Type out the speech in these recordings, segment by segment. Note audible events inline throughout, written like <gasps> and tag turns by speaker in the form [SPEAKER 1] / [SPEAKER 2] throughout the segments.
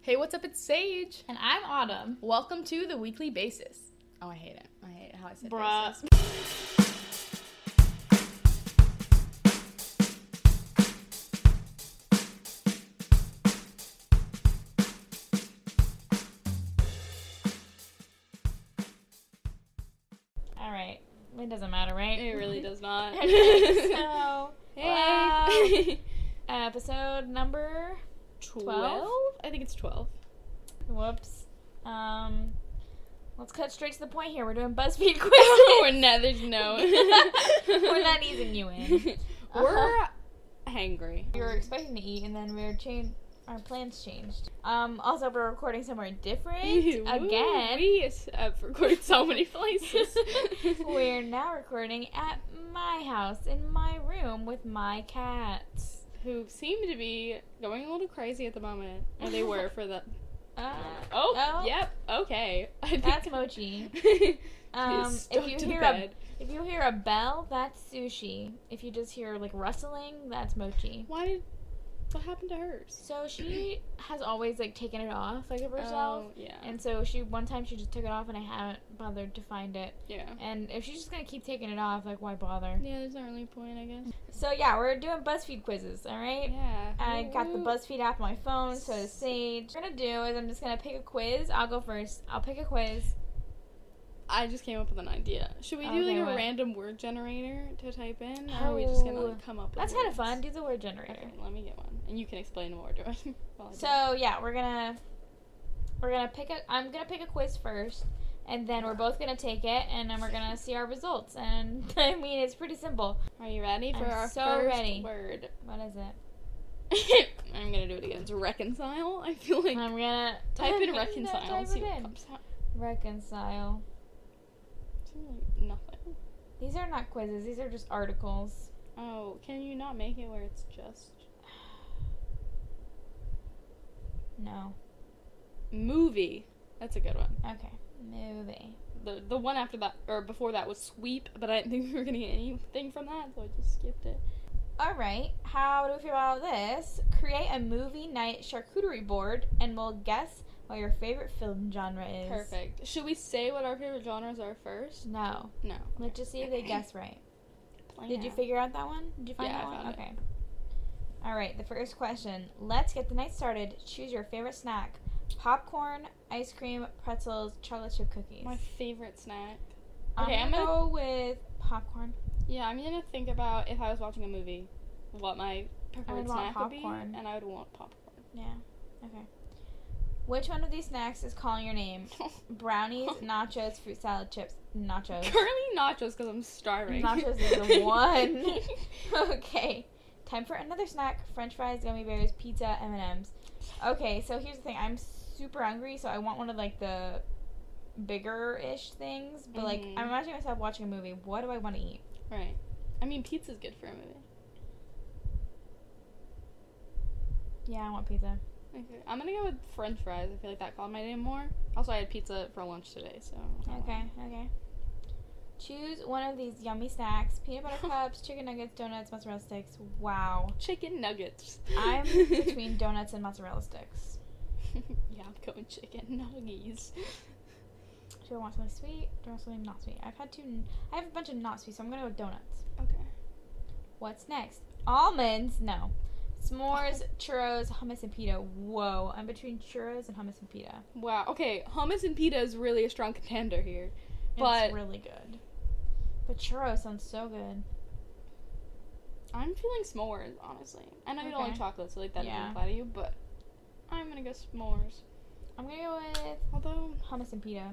[SPEAKER 1] Hey, what's up? It's Sage.
[SPEAKER 2] And I'm Autumn.
[SPEAKER 1] Welcome to the weekly basis. Oh, I hate it. I hate how I said
[SPEAKER 2] Bruh.
[SPEAKER 1] basis.
[SPEAKER 2] All right. It doesn't matter, right?
[SPEAKER 1] It really does <laughs> not.
[SPEAKER 2] <laughs> Okay, so, wow.
[SPEAKER 1] <laughs> hey.
[SPEAKER 2] episode number
[SPEAKER 1] 12?
[SPEAKER 2] Twelve?
[SPEAKER 1] I think it's 12.
[SPEAKER 2] whoops. Um, let's cut straight to the point here. We're
[SPEAKER 1] <laughs>
[SPEAKER 2] doing BuzzFeed quizzes.
[SPEAKER 1] <laughs> We're not, there's <laughs> no. <laughs>
[SPEAKER 2] We're not easing you in.
[SPEAKER 1] We're hangry.
[SPEAKER 2] We were expecting to eat, and then we were changed. Our plans changed. Um, also, we're recording somewhere
[SPEAKER 1] <laughs>
[SPEAKER 2] different again.
[SPEAKER 1] We have recorded so <laughs> many places.
[SPEAKER 2] We're now recording at my house in my room with my cats.
[SPEAKER 1] Who seem to be going a little crazy at the moment. Or they were for the.
[SPEAKER 2] Uh,
[SPEAKER 1] Oh,
[SPEAKER 2] Oh.
[SPEAKER 1] yep. Okay. I think
[SPEAKER 2] that's Mochi.
[SPEAKER 1] She <laughs>
[SPEAKER 2] Um,
[SPEAKER 1] is
[SPEAKER 2] if
[SPEAKER 1] stuck
[SPEAKER 2] you
[SPEAKER 1] to the
[SPEAKER 2] hear a
[SPEAKER 1] bed.
[SPEAKER 2] if you hear a bell, that's sushi. If you just hear like rustling, that's mochi.
[SPEAKER 1] Why did. What happened to hers? <clears throat>
[SPEAKER 2] So she has always like taken it off like of herself.
[SPEAKER 1] Oh, yeah.
[SPEAKER 2] And so she one time she just took it off and I haven't bothered to find it.
[SPEAKER 1] yeah.
[SPEAKER 2] And if she's just gonna keep taking it off, like why bother?
[SPEAKER 1] Yeah, there's not really a point, I guess.
[SPEAKER 2] So yeah, we're doing BuzzFeed quizzes, all right?
[SPEAKER 1] Yeah.
[SPEAKER 2] I got the
[SPEAKER 1] Woo.
[SPEAKER 2] BuzzFeed app on my phone, so does Sage. What I'm gonna do is I'm just gonna pick a quiz. I'll go first. I'll pick a quiz.
[SPEAKER 1] I just came up with an idea. Should we do
[SPEAKER 2] Okay,
[SPEAKER 1] like a
[SPEAKER 2] what?
[SPEAKER 1] random word generator to type in? Or are we just gonna like,
[SPEAKER 2] Oh.
[SPEAKER 1] come up with
[SPEAKER 2] That's kind of
[SPEAKER 1] words?
[SPEAKER 2] fun. Do the word generator.
[SPEAKER 1] Okay, let me get one. And you can explain what we're doing. <laughs> while I do it.
[SPEAKER 2] So yeah, we're gonna we're gonna pick a I'm gonna pick a quiz first, and then we're both gonna take it, and then we're gonna see our results. And <laughs> I mean, it's pretty simple.
[SPEAKER 1] are you ready for
[SPEAKER 2] I'm
[SPEAKER 1] our
[SPEAKER 2] so
[SPEAKER 1] first
[SPEAKER 2] ready.
[SPEAKER 1] word? <laughs>
[SPEAKER 2] What is it?
[SPEAKER 1] I'm gonna do it again. It's reconcile. I feel like
[SPEAKER 2] I'm gonna
[SPEAKER 1] <laughs> type in
[SPEAKER 2] I'm gonna
[SPEAKER 1] reconcile and
[SPEAKER 2] type
[SPEAKER 1] see
[SPEAKER 2] it
[SPEAKER 1] what
[SPEAKER 2] in.
[SPEAKER 1] comes out.
[SPEAKER 2] Reconcile.
[SPEAKER 1] It's really nothing.
[SPEAKER 2] These are not quizzes. These are just articles.
[SPEAKER 1] Oh, can you not make it where it's just
[SPEAKER 2] No.
[SPEAKER 1] movie? That's a good one.
[SPEAKER 2] Okay. Movie.
[SPEAKER 1] The the one after that or before that was sweep, but I didn't <laughs> think we were gonna get anything from that, so I just skipped it.
[SPEAKER 2] All right. How do we feel about this? Create a movie night charcuterie board, and we'll guess what your favorite film genre is.
[SPEAKER 1] Perfect. Should we say what our favorite genres are first?
[SPEAKER 2] No.
[SPEAKER 1] No.
[SPEAKER 2] Let's just see if they guess right. Did you
[SPEAKER 1] figure?
[SPEAKER 2] figure out that one? Did you find
[SPEAKER 1] Yeah,
[SPEAKER 2] that
[SPEAKER 1] I
[SPEAKER 2] one?
[SPEAKER 1] found it.
[SPEAKER 2] okay. All right, the first question. Let's get the night started. Choose your favorite snack popcorn, ice cream, pretzels, chocolate chip cookies.
[SPEAKER 1] My favorite snack.
[SPEAKER 2] I'm,
[SPEAKER 1] okay, I'm
[SPEAKER 2] gonna go with popcorn.
[SPEAKER 1] Yeah, I'm gonna think about if I was watching a movie, what my preferred
[SPEAKER 2] would want
[SPEAKER 1] snack would be,
[SPEAKER 2] popcorn.
[SPEAKER 1] and I would want
[SPEAKER 2] <laughs>
[SPEAKER 1] popcorn. <laughs>
[SPEAKER 2] Yeah. Okay. Which one of these snacks is calling
[SPEAKER 1] <laughs>
[SPEAKER 2] your name? Brownies, nachos, fruit salad chips, nachos.
[SPEAKER 1] Currently nachos because I'm starving.
[SPEAKER 2] Nachos
[SPEAKER 1] <laughs>
[SPEAKER 2] is the one. <laughs> okay. Time for another snack: French fries, gummy bears, pizza, M and M's. Okay, so here's the thing: I'm super hungry, so I want one of like the bigger-ish things. But like,
[SPEAKER 1] Mhm.
[SPEAKER 2] I'm imagining myself watching a movie. What do I want to eat?
[SPEAKER 1] right. I mean, pizza's good for a movie.
[SPEAKER 2] Yeah, I want pizza.
[SPEAKER 1] Okay. I'm gonna go with French fries. I feel like that called my name more. Also, I had pizza for lunch today, so. I don't
[SPEAKER 2] Okay, okay. Choose one of these yummy snacks: peanut <laughs> butter cups, chicken nuggets, donuts, mozzarella sticks. Wow,
[SPEAKER 1] know. Chicken nuggets.
[SPEAKER 2] <laughs>
[SPEAKER 1] <laughs>
[SPEAKER 2] I'm between donuts and mozzarella sticks.
[SPEAKER 1] yeah, I'm going chicken nuggies.
[SPEAKER 2] Do I want something sweet? Do I want something not sweet? I've had two. I have a bunch of not sweet, so I'm gonna go with donuts.
[SPEAKER 1] Okay.
[SPEAKER 2] What's next? Almonds? No. S'mores, churros, hummus, and pita. Whoa, I'm between churros and hummus and pita.
[SPEAKER 1] Wow. Okay, hummus and pita is really a strong contender here. But-
[SPEAKER 2] it's really good. But churros sounds so good.
[SPEAKER 1] I'm feeling s'mores, honestly. I know you don't
[SPEAKER 2] Okay.
[SPEAKER 1] like chocolate, so like that
[SPEAKER 2] Yeah.
[SPEAKER 1] doesn't apply to you, but I'm gonna go s'mores.
[SPEAKER 2] I'm gonna go with
[SPEAKER 1] Although
[SPEAKER 2] hummus and pita.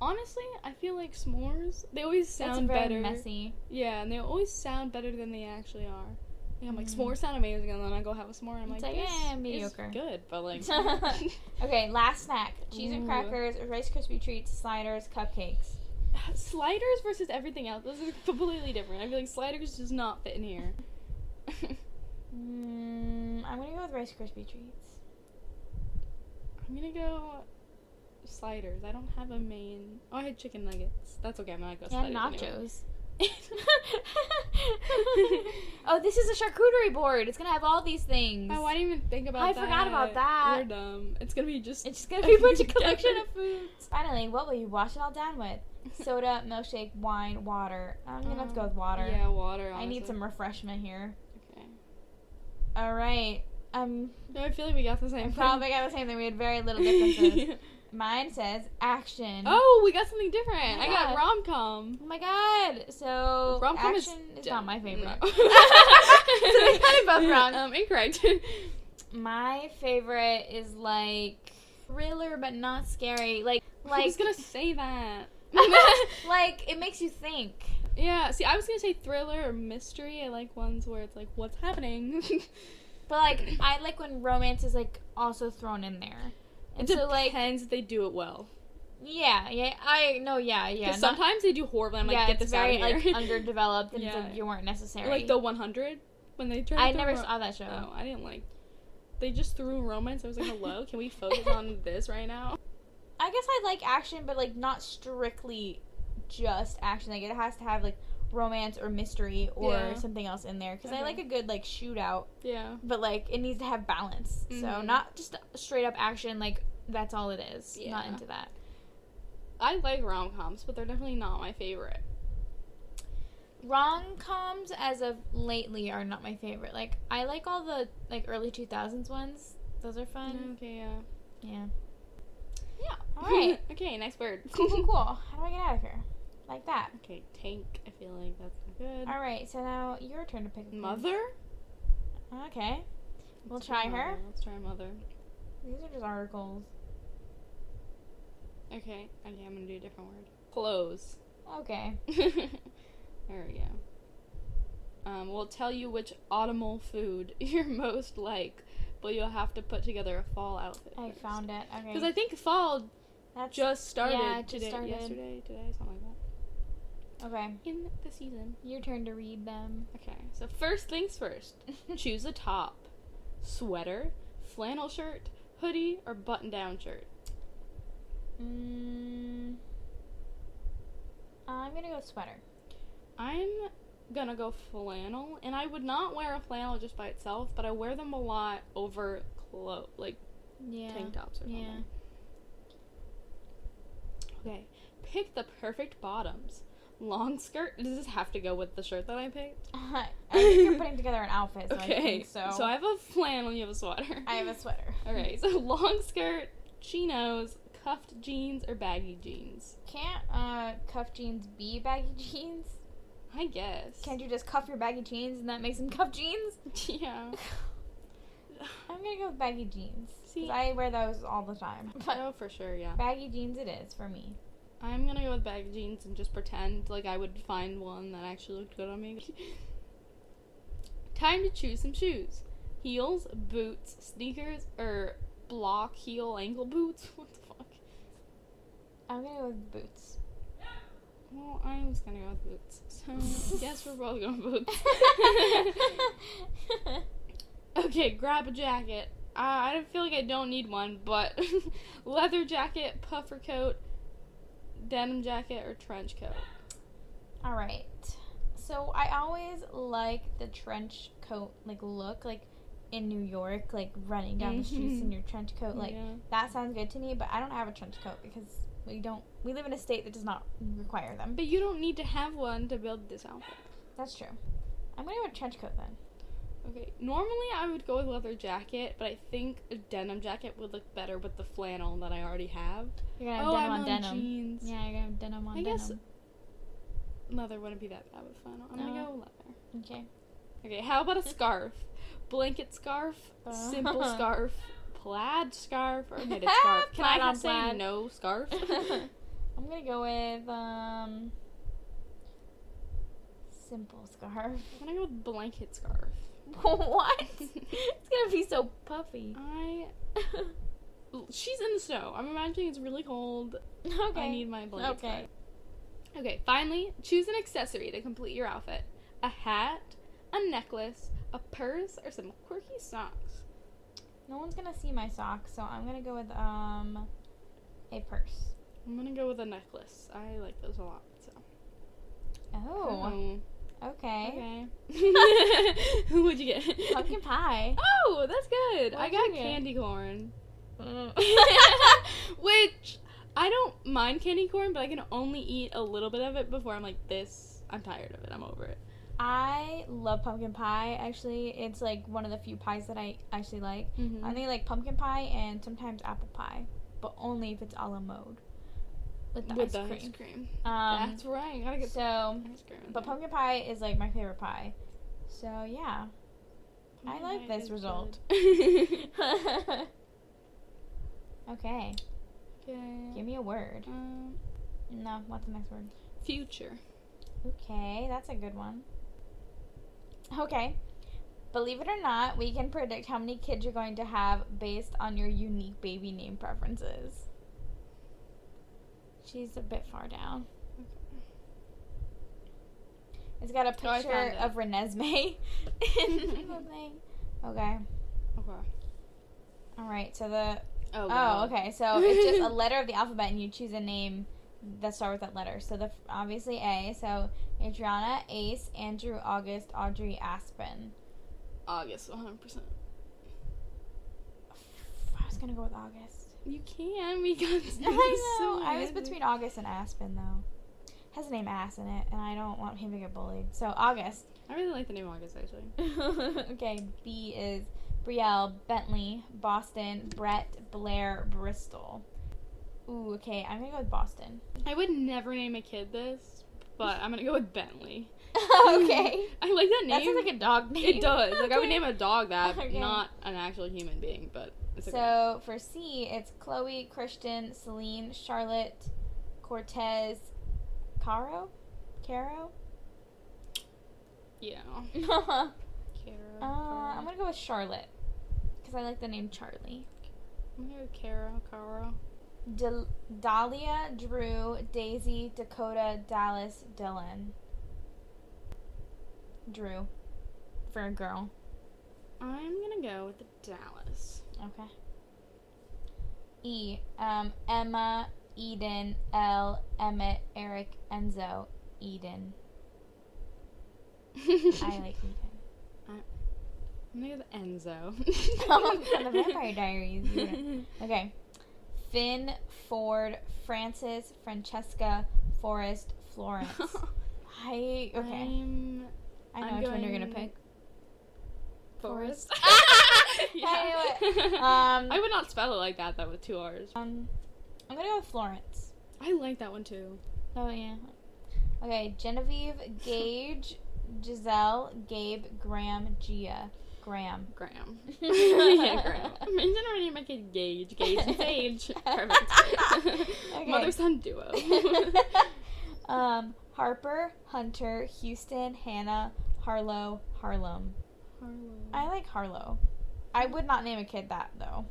[SPEAKER 1] honestly, I feel like s'mores they always sound
[SPEAKER 2] That's very
[SPEAKER 1] better.
[SPEAKER 2] messy.
[SPEAKER 1] Yeah, and they always sound better than they actually are. Yeah, I'm like
[SPEAKER 2] Mhm.
[SPEAKER 1] s'mores sound amazing, and then I go have a s'more, and I'm
[SPEAKER 2] It's
[SPEAKER 1] like,
[SPEAKER 2] like,
[SPEAKER 1] this
[SPEAKER 2] eh,
[SPEAKER 1] is
[SPEAKER 2] mediocre.
[SPEAKER 1] good, but like,
[SPEAKER 2] <laughs>
[SPEAKER 1] <laughs>
[SPEAKER 2] Okay, last snack: cheese and
[SPEAKER 1] Ooh.
[SPEAKER 2] crackers, Rice Krispie treats, sliders, cupcakes.
[SPEAKER 1] sliders versus everything else. Those are completely different. I feel like sliders does not fit in here. <laughs>
[SPEAKER 2] Mm, I'm gonna go with Rice Krispie treats.
[SPEAKER 1] I'm gonna go sliders. I don't have a main. Oh, I had chicken nuggets. That's okay. I'm not gonna go
[SPEAKER 2] And
[SPEAKER 1] sliders anyway. <laughs>
[SPEAKER 2] nachos. <laughs> oh, this is a charcuterie board. It's gonna have all these things.
[SPEAKER 1] Oh, I didn't even think about
[SPEAKER 2] I
[SPEAKER 1] that.
[SPEAKER 2] forgot about that.
[SPEAKER 1] We're dumb. It's gonna be just.
[SPEAKER 2] It's
[SPEAKER 1] <laughs>
[SPEAKER 2] just gonna be a bunch of
[SPEAKER 1] Yeah.
[SPEAKER 2] collection of
[SPEAKER 1] <laughs>
[SPEAKER 2] foods. Finally, what will you wash it all down with? Soda, milkshake, wine, water. I'm gonna have to go with water.
[SPEAKER 1] Um, Yeah, water.
[SPEAKER 2] I need
[SPEAKER 1] honestly.
[SPEAKER 2] some refreshment here.
[SPEAKER 1] Okay.
[SPEAKER 2] All right. Um,
[SPEAKER 1] No, I feel like we got the same.
[SPEAKER 2] I
[SPEAKER 1] thing.
[SPEAKER 2] probably got the same thing. We had very little differences.
[SPEAKER 1] <laughs>
[SPEAKER 2] Mine says action.
[SPEAKER 1] Oh, we got something different.
[SPEAKER 2] Oh my
[SPEAKER 1] I got
[SPEAKER 2] God.
[SPEAKER 1] rom com.
[SPEAKER 2] Oh my god. So
[SPEAKER 1] Rom-com is
[SPEAKER 2] action is, not my
[SPEAKER 1] <laughs>
[SPEAKER 2] favorite. <laughs>
[SPEAKER 1] No.
[SPEAKER 2] they kinda <laughs> both wrong.
[SPEAKER 1] Um, incorrect. <laughs>
[SPEAKER 2] My favorite is like thriller but not scary. Like
[SPEAKER 1] I
[SPEAKER 2] like
[SPEAKER 1] was gonna say that.
[SPEAKER 2] <laughs>
[SPEAKER 1] <laughs>
[SPEAKER 2] like it makes you think.
[SPEAKER 1] yeah. See, I was gonna say thriller or mystery. I like ones where it's like, what's happening? <laughs>
[SPEAKER 2] But like I like when romance is like also thrown in there.
[SPEAKER 1] it
[SPEAKER 2] And so like
[SPEAKER 1] depends if they do it well.
[SPEAKER 2] yeah, yeah, I no, yeah, yeah.
[SPEAKER 1] 'Cause
[SPEAKER 2] not-
[SPEAKER 1] sometimes they do horribly. I'm like,
[SPEAKER 2] yeah,
[SPEAKER 1] get this
[SPEAKER 2] it's very
[SPEAKER 1] out of here. <laughs>
[SPEAKER 2] like underdeveloped and
[SPEAKER 1] Yeah.
[SPEAKER 2] so you weren't necessary.
[SPEAKER 1] like the 100 when they tried.
[SPEAKER 2] I
[SPEAKER 1] to
[SPEAKER 2] never
[SPEAKER 1] ro-
[SPEAKER 2] saw that show.
[SPEAKER 1] Oh, I didn't like. They just threw romance. I was like, <laughs> hello, can we focus on this right now?
[SPEAKER 2] I guess I like action, but like not strictly just action. Like it has to have like romance or mystery or
[SPEAKER 1] Yeah.
[SPEAKER 2] something else in there because I
[SPEAKER 1] Okay.
[SPEAKER 2] like a good like shootout,
[SPEAKER 1] Yeah.
[SPEAKER 2] but like it needs to have balance. So
[SPEAKER 1] Mhm.
[SPEAKER 2] not just straight up action. Like that's all it is. Not
[SPEAKER 1] Yeah.
[SPEAKER 2] into that.
[SPEAKER 1] I like rom coms, but they're definitely not my favorite.
[SPEAKER 2] Rom coms as of lately are not my favorite. Like I like all the like early two thousands ones. Those are fun.
[SPEAKER 1] Okay, yeah. <laughs>
[SPEAKER 2] Yeah. <laughs>
[SPEAKER 1] Yeah.
[SPEAKER 2] All right.
[SPEAKER 1] okay, nice <laughs> word.
[SPEAKER 2] Cool, cool, cool. How do I get out of here? Like that.
[SPEAKER 1] Okay, tank. I feel like that's not good.
[SPEAKER 2] All right. So now your turn to pick. a one.
[SPEAKER 1] Mother?
[SPEAKER 2] Okay. We'll
[SPEAKER 1] Let's
[SPEAKER 2] try
[SPEAKER 1] do
[SPEAKER 2] her.
[SPEAKER 1] Mother. Let's try mother.
[SPEAKER 2] These are just articles.
[SPEAKER 1] Okay, okay, I'm gonna do a different word. Clothes.
[SPEAKER 2] Okay.
[SPEAKER 1] <laughs> there we go. Um, we'll tell you which autumnal food <laughs> you're most like, but you'll have to put together a fall outfit.
[SPEAKER 2] I found it. Okay.
[SPEAKER 1] Because I think fall
[SPEAKER 2] That's
[SPEAKER 1] just started
[SPEAKER 2] yeah, it just
[SPEAKER 1] today,
[SPEAKER 2] started.
[SPEAKER 1] yesterday, today, something like that.
[SPEAKER 2] okay.
[SPEAKER 1] In the season.
[SPEAKER 2] Your turn to
[SPEAKER 1] <laughs>
[SPEAKER 2] read them.
[SPEAKER 1] Okay, so first things first. Choose a top. Sweater, flannel shirt, hoodie, or button down shirt.
[SPEAKER 2] Mm, I'm gonna go sweater.
[SPEAKER 1] I'm gonna go flannel, and I would not wear a flannel just by itself, but I wear them a lot over clothes, like
[SPEAKER 2] Yeah.
[SPEAKER 1] <laughs> tank tops or something.
[SPEAKER 2] Yeah.
[SPEAKER 1] Okay, pick the perfect bottoms. Long skirt. Does this have to go with the shirt that I picked?
[SPEAKER 2] <laughs> I think you're putting together an outfit, so I
[SPEAKER 1] Okay,
[SPEAKER 2] think so.
[SPEAKER 1] I have a flannel. You have a sweater.
[SPEAKER 2] I have
[SPEAKER 1] <laughs>
[SPEAKER 2] a sweater.
[SPEAKER 1] Okay, so long skirt, chinos, cuffed jeans, or baggy jeans.
[SPEAKER 2] Can't uh cuff jeans be baggy <laughs> jeans?
[SPEAKER 1] I guess.
[SPEAKER 2] Can't you just cuff your baggy jeans and that makes them cuff jeans?
[SPEAKER 1] <laughs>
[SPEAKER 2] <laughs>
[SPEAKER 1] Yeah.
[SPEAKER 2] I'm gonna go with baggy jeans. 'cause
[SPEAKER 1] See-
[SPEAKER 2] I wear those all the
[SPEAKER 1] <laughs>
[SPEAKER 2] time. But
[SPEAKER 1] oh, for sure. Yeah.
[SPEAKER 2] baggy jeans it is for me.
[SPEAKER 1] I'm gonna go with baggy jeans and just pretend like I would find one that actually looked good on me. <laughs> Time to choose some shoes: heels, boots, sneakers, or block heel ankle boots. <laughs> What the fuck?
[SPEAKER 2] I'm gonna go with boots.
[SPEAKER 1] <laughs> Well, I was gonna go with boots, so yes, we're both going boots. Okay, grab a jacket. Uh, I don't feel like I don't need one, but <laughs> leather jacket, puffer coat, denim jacket, or trench coat.
[SPEAKER 2] All right. So I always like the trench coat like look like in New York like running down the streets
[SPEAKER 1] Mhm.
[SPEAKER 2] in your trench coat like
[SPEAKER 1] Yeah.
[SPEAKER 2] that sounds good to me but I don't have a trench coat because we don't we live in a state that does not require them.
[SPEAKER 1] But you don't need to have one to build this outfit.
[SPEAKER 2] That's true. I'm going to go with trench coat then.
[SPEAKER 1] Okay, normally I would go with leather jacket, but I think a denim jacket would look better with the flannel that I already have.
[SPEAKER 2] You're going to have
[SPEAKER 1] oh,
[SPEAKER 2] denim
[SPEAKER 1] I'm
[SPEAKER 2] on denim.
[SPEAKER 1] jeans.
[SPEAKER 2] Yeah, you're going to have denim on
[SPEAKER 1] I
[SPEAKER 2] denim.
[SPEAKER 1] guess- Leather wouldn't be that bad with flannel. I'm gonna
[SPEAKER 2] No.
[SPEAKER 1] go leather.
[SPEAKER 2] Okay.
[SPEAKER 1] Okay, how about a scarf? Blanket scarf, simple
[SPEAKER 2] Uh.
[SPEAKER 1] scarf, plaid scarf, or knitted
[SPEAKER 2] <laughs>
[SPEAKER 1] scarf. Can I
[SPEAKER 2] Plaid on
[SPEAKER 1] not say
[SPEAKER 2] plaid.
[SPEAKER 1] no scarf?
[SPEAKER 2] <laughs> I'm going to go with um simple scarf. <laughs>
[SPEAKER 1] I'm gonna go with blanket scarf.
[SPEAKER 2] what? it's gonna be so puffy. <laughs>
[SPEAKER 1] I. She's in the snow. I'm imagining it's really cold.
[SPEAKER 2] okay.
[SPEAKER 1] I need my blanket
[SPEAKER 2] Okay.
[SPEAKER 1] scarf. Okay, finally, choose an accessory to complete your outfit a hat, a necklace, a purse, or some quirky socks.
[SPEAKER 2] no one's gonna see my socks, so I'm gonna go with um a purse.
[SPEAKER 1] I'm gonna go with a necklace. I like those a lot, so.
[SPEAKER 2] Oh,
[SPEAKER 1] Oh,
[SPEAKER 2] okay. <laughs>
[SPEAKER 1] okay. <laughs> What'd you get?
[SPEAKER 2] Pumpkin <laughs> pie.
[SPEAKER 1] Oh, that's good. I
[SPEAKER 2] What'd
[SPEAKER 1] got
[SPEAKER 2] you get?
[SPEAKER 1] candy
[SPEAKER 2] <laughs>
[SPEAKER 1] corn. <laughs>
[SPEAKER 2] Mm.
[SPEAKER 1] Which I don't mind candy corn, but I can only eat a little bit of it before I'm like this. I'm tired of it. I'm over it.
[SPEAKER 2] I love pumpkin pie. Actually, it's like one of the few pies that I actually like. I only like pumpkin pie and sometimes apple pie, but only if it's a la mode with the
[SPEAKER 1] With
[SPEAKER 2] ice
[SPEAKER 1] the
[SPEAKER 2] cream. Um,
[SPEAKER 1] That's right. I gotta get
[SPEAKER 2] so,
[SPEAKER 1] some ice cream. in
[SPEAKER 2] but
[SPEAKER 1] there.
[SPEAKER 2] pumpkin pie is like my favorite pie. So yeah, <laughs> I
[SPEAKER 1] Pumpkin
[SPEAKER 2] like
[SPEAKER 1] pie
[SPEAKER 2] this
[SPEAKER 1] is
[SPEAKER 2] result.
[SPEAKER 1] good. <laughs>
[SPEAKER 2] okay, give
[SPEAKER 1] okay.
[SPEAKER 2] me a word.
[SPEAKER 1] Um,
[SPEAKER 2] No, what's the next word?
[SPEAKER 1] future.
[SPEAKER 2] Okay, that's a good one. Okay. Believe it or not, we can predict how many kids you're going to have based on your unique baby name preferences. She's a bit far down. It's got a
[SPEAKER 1] Oh, I found
[SPEAKER 2] picture
[SPEAKER 1] it.
[SPEAKER 2] of Renesmee. <laughs> in the thing. okay.
[SPEAKER 1] Okay.
[SPEAKER 2] All right. So the
[SPEAKER 1] Oh.
[SPEAKER 2] oh, okay.
[SPEAKER 1] <laughs>
[SPEAKER 2] So it's just a letter of the alphabet, and you choose a name that start with that letter. So the f- obviously A. So Adriana, Ace, Andrew, August, Audrey, Aspen.
[SPEAKER 1] August, 100. percent
[SPEAKER 2] I was gonna go with
[SPEAKER 1] <laughs>
[SPEAKER 2] August.
[SPEAKER 1] You can because
[SPEAKER 2] <laughs> I know.
[SPEAKER 1] so
[SPEAKER 2] I was
[SPEAKER 1] good.
[SPEAKER 2] between August and Aspen though. Has the name Ass in it, and I don't want him to get bullied. So
[SPEAKER 1] <laughs>
[SPEAKER 2] August.
[SPEAKER 1] I really like the name August actually.
[SPEAKER 2] <laughs> okay. B is Brielle, Bentley, Boston, Brett, Blair, Bristol. Ooh. Okay. I'm gonna go with Boston. <laughs>
[SPEAKER 1] I would never name a kid this, but I'm gonna go with Bentley.
[SPEAKER 2] <laughs> okay.
[SPEAKER 1] I like that <laughs> name.
[SPEAKER 2] That sounds like a dog name.
[SPEAKER 1] It does. Like I
[SPEAKER 2] <laughs>
[SPEAKER 1] would
[SPEAKER 2] Okay.
[SPEAKER 1] name a dog that,
[SPEAKER 2] Okay.
[SPEAKER 1] not an actual human being, but it's okay.
[SPEAKER 2] So for C, it's Chloe, Christian, Celine, Charlotte, Cortez, Caro, Caro.
[SPEAKER 1] yeah.
[SPEAKER 2] <laughs> uh,
[SPEAKER 1] Kara.
[SPEAKER 2] I'm gonna go with Charlotte because I like the name Charlie.
[SPEAKER 1] I'm gonna go with Kara. Kara.
[SPEAKER 2] Del- Dahlia, Drew, Daisy, Dakota, Dallas, Dylan. Drew, for a girl.
[SPEAKER 1] I'm gonna go with Dallas.
[SPEAKER 2] Okay. E. Um, Emma, Eden, L, Emmett, Eric, Enzo, Eden. I <laughs> like Eden.
[SPEAKER 1] <laughs> I'm gonna go with Enzo.
[SPEAKER 2] From Oh,
[SPEAKER 1] <laughs>
[SPEAKER 2] the Vampire Diaries. <laughs> you were- Okay. Finn, Ford, Francis, Francesca, Forrest, <laughs> Florence. I okay.
[SPEAKER 1] I'm
[SPEAKER 2] I know
[SPEAKER 1] I'm
[SPEAKER 2] which one you're gonna
[SPEAKER 1] going-
[SPEAKER 2] pick.
[SPEAKER 1] Forrest. <laughs>
[SPEAKER 2] <laughs> I <laughs> Um,
[SPEAKER 1] I would not spell it like that. That with two R's.
[SPEAKER 2] um, I'm gonna go with Florence.
[SPEAKER 1] I like that one too.
[SPEAKER 2] Oh yeah. Okay, Genevieve, Gage, Giselle, Gabe, Graham, Gia, <laughs> Graham.
[SPEAKER 1] Graham. <laughs> yeah,
[SPEAKER 2] <laughs>
[SPEAKER 1] Graham. Imagine already my kid Gage. Gage and Sage. Perfect.
[SPEAKER 2] <laughs>
[SPEAKER 1] <laughs>
[SPEAKER 2] Okay.
[SPEAKER 1] Mother son duo.
[SPEAKER 2] <laughs> um, Harper, Hunter, Houston, Hannah, Harlow, Harlem. I like Harlow. I would not name a kid that
[SPEAKER 1] <laughs>
[SPEAKER 2] though.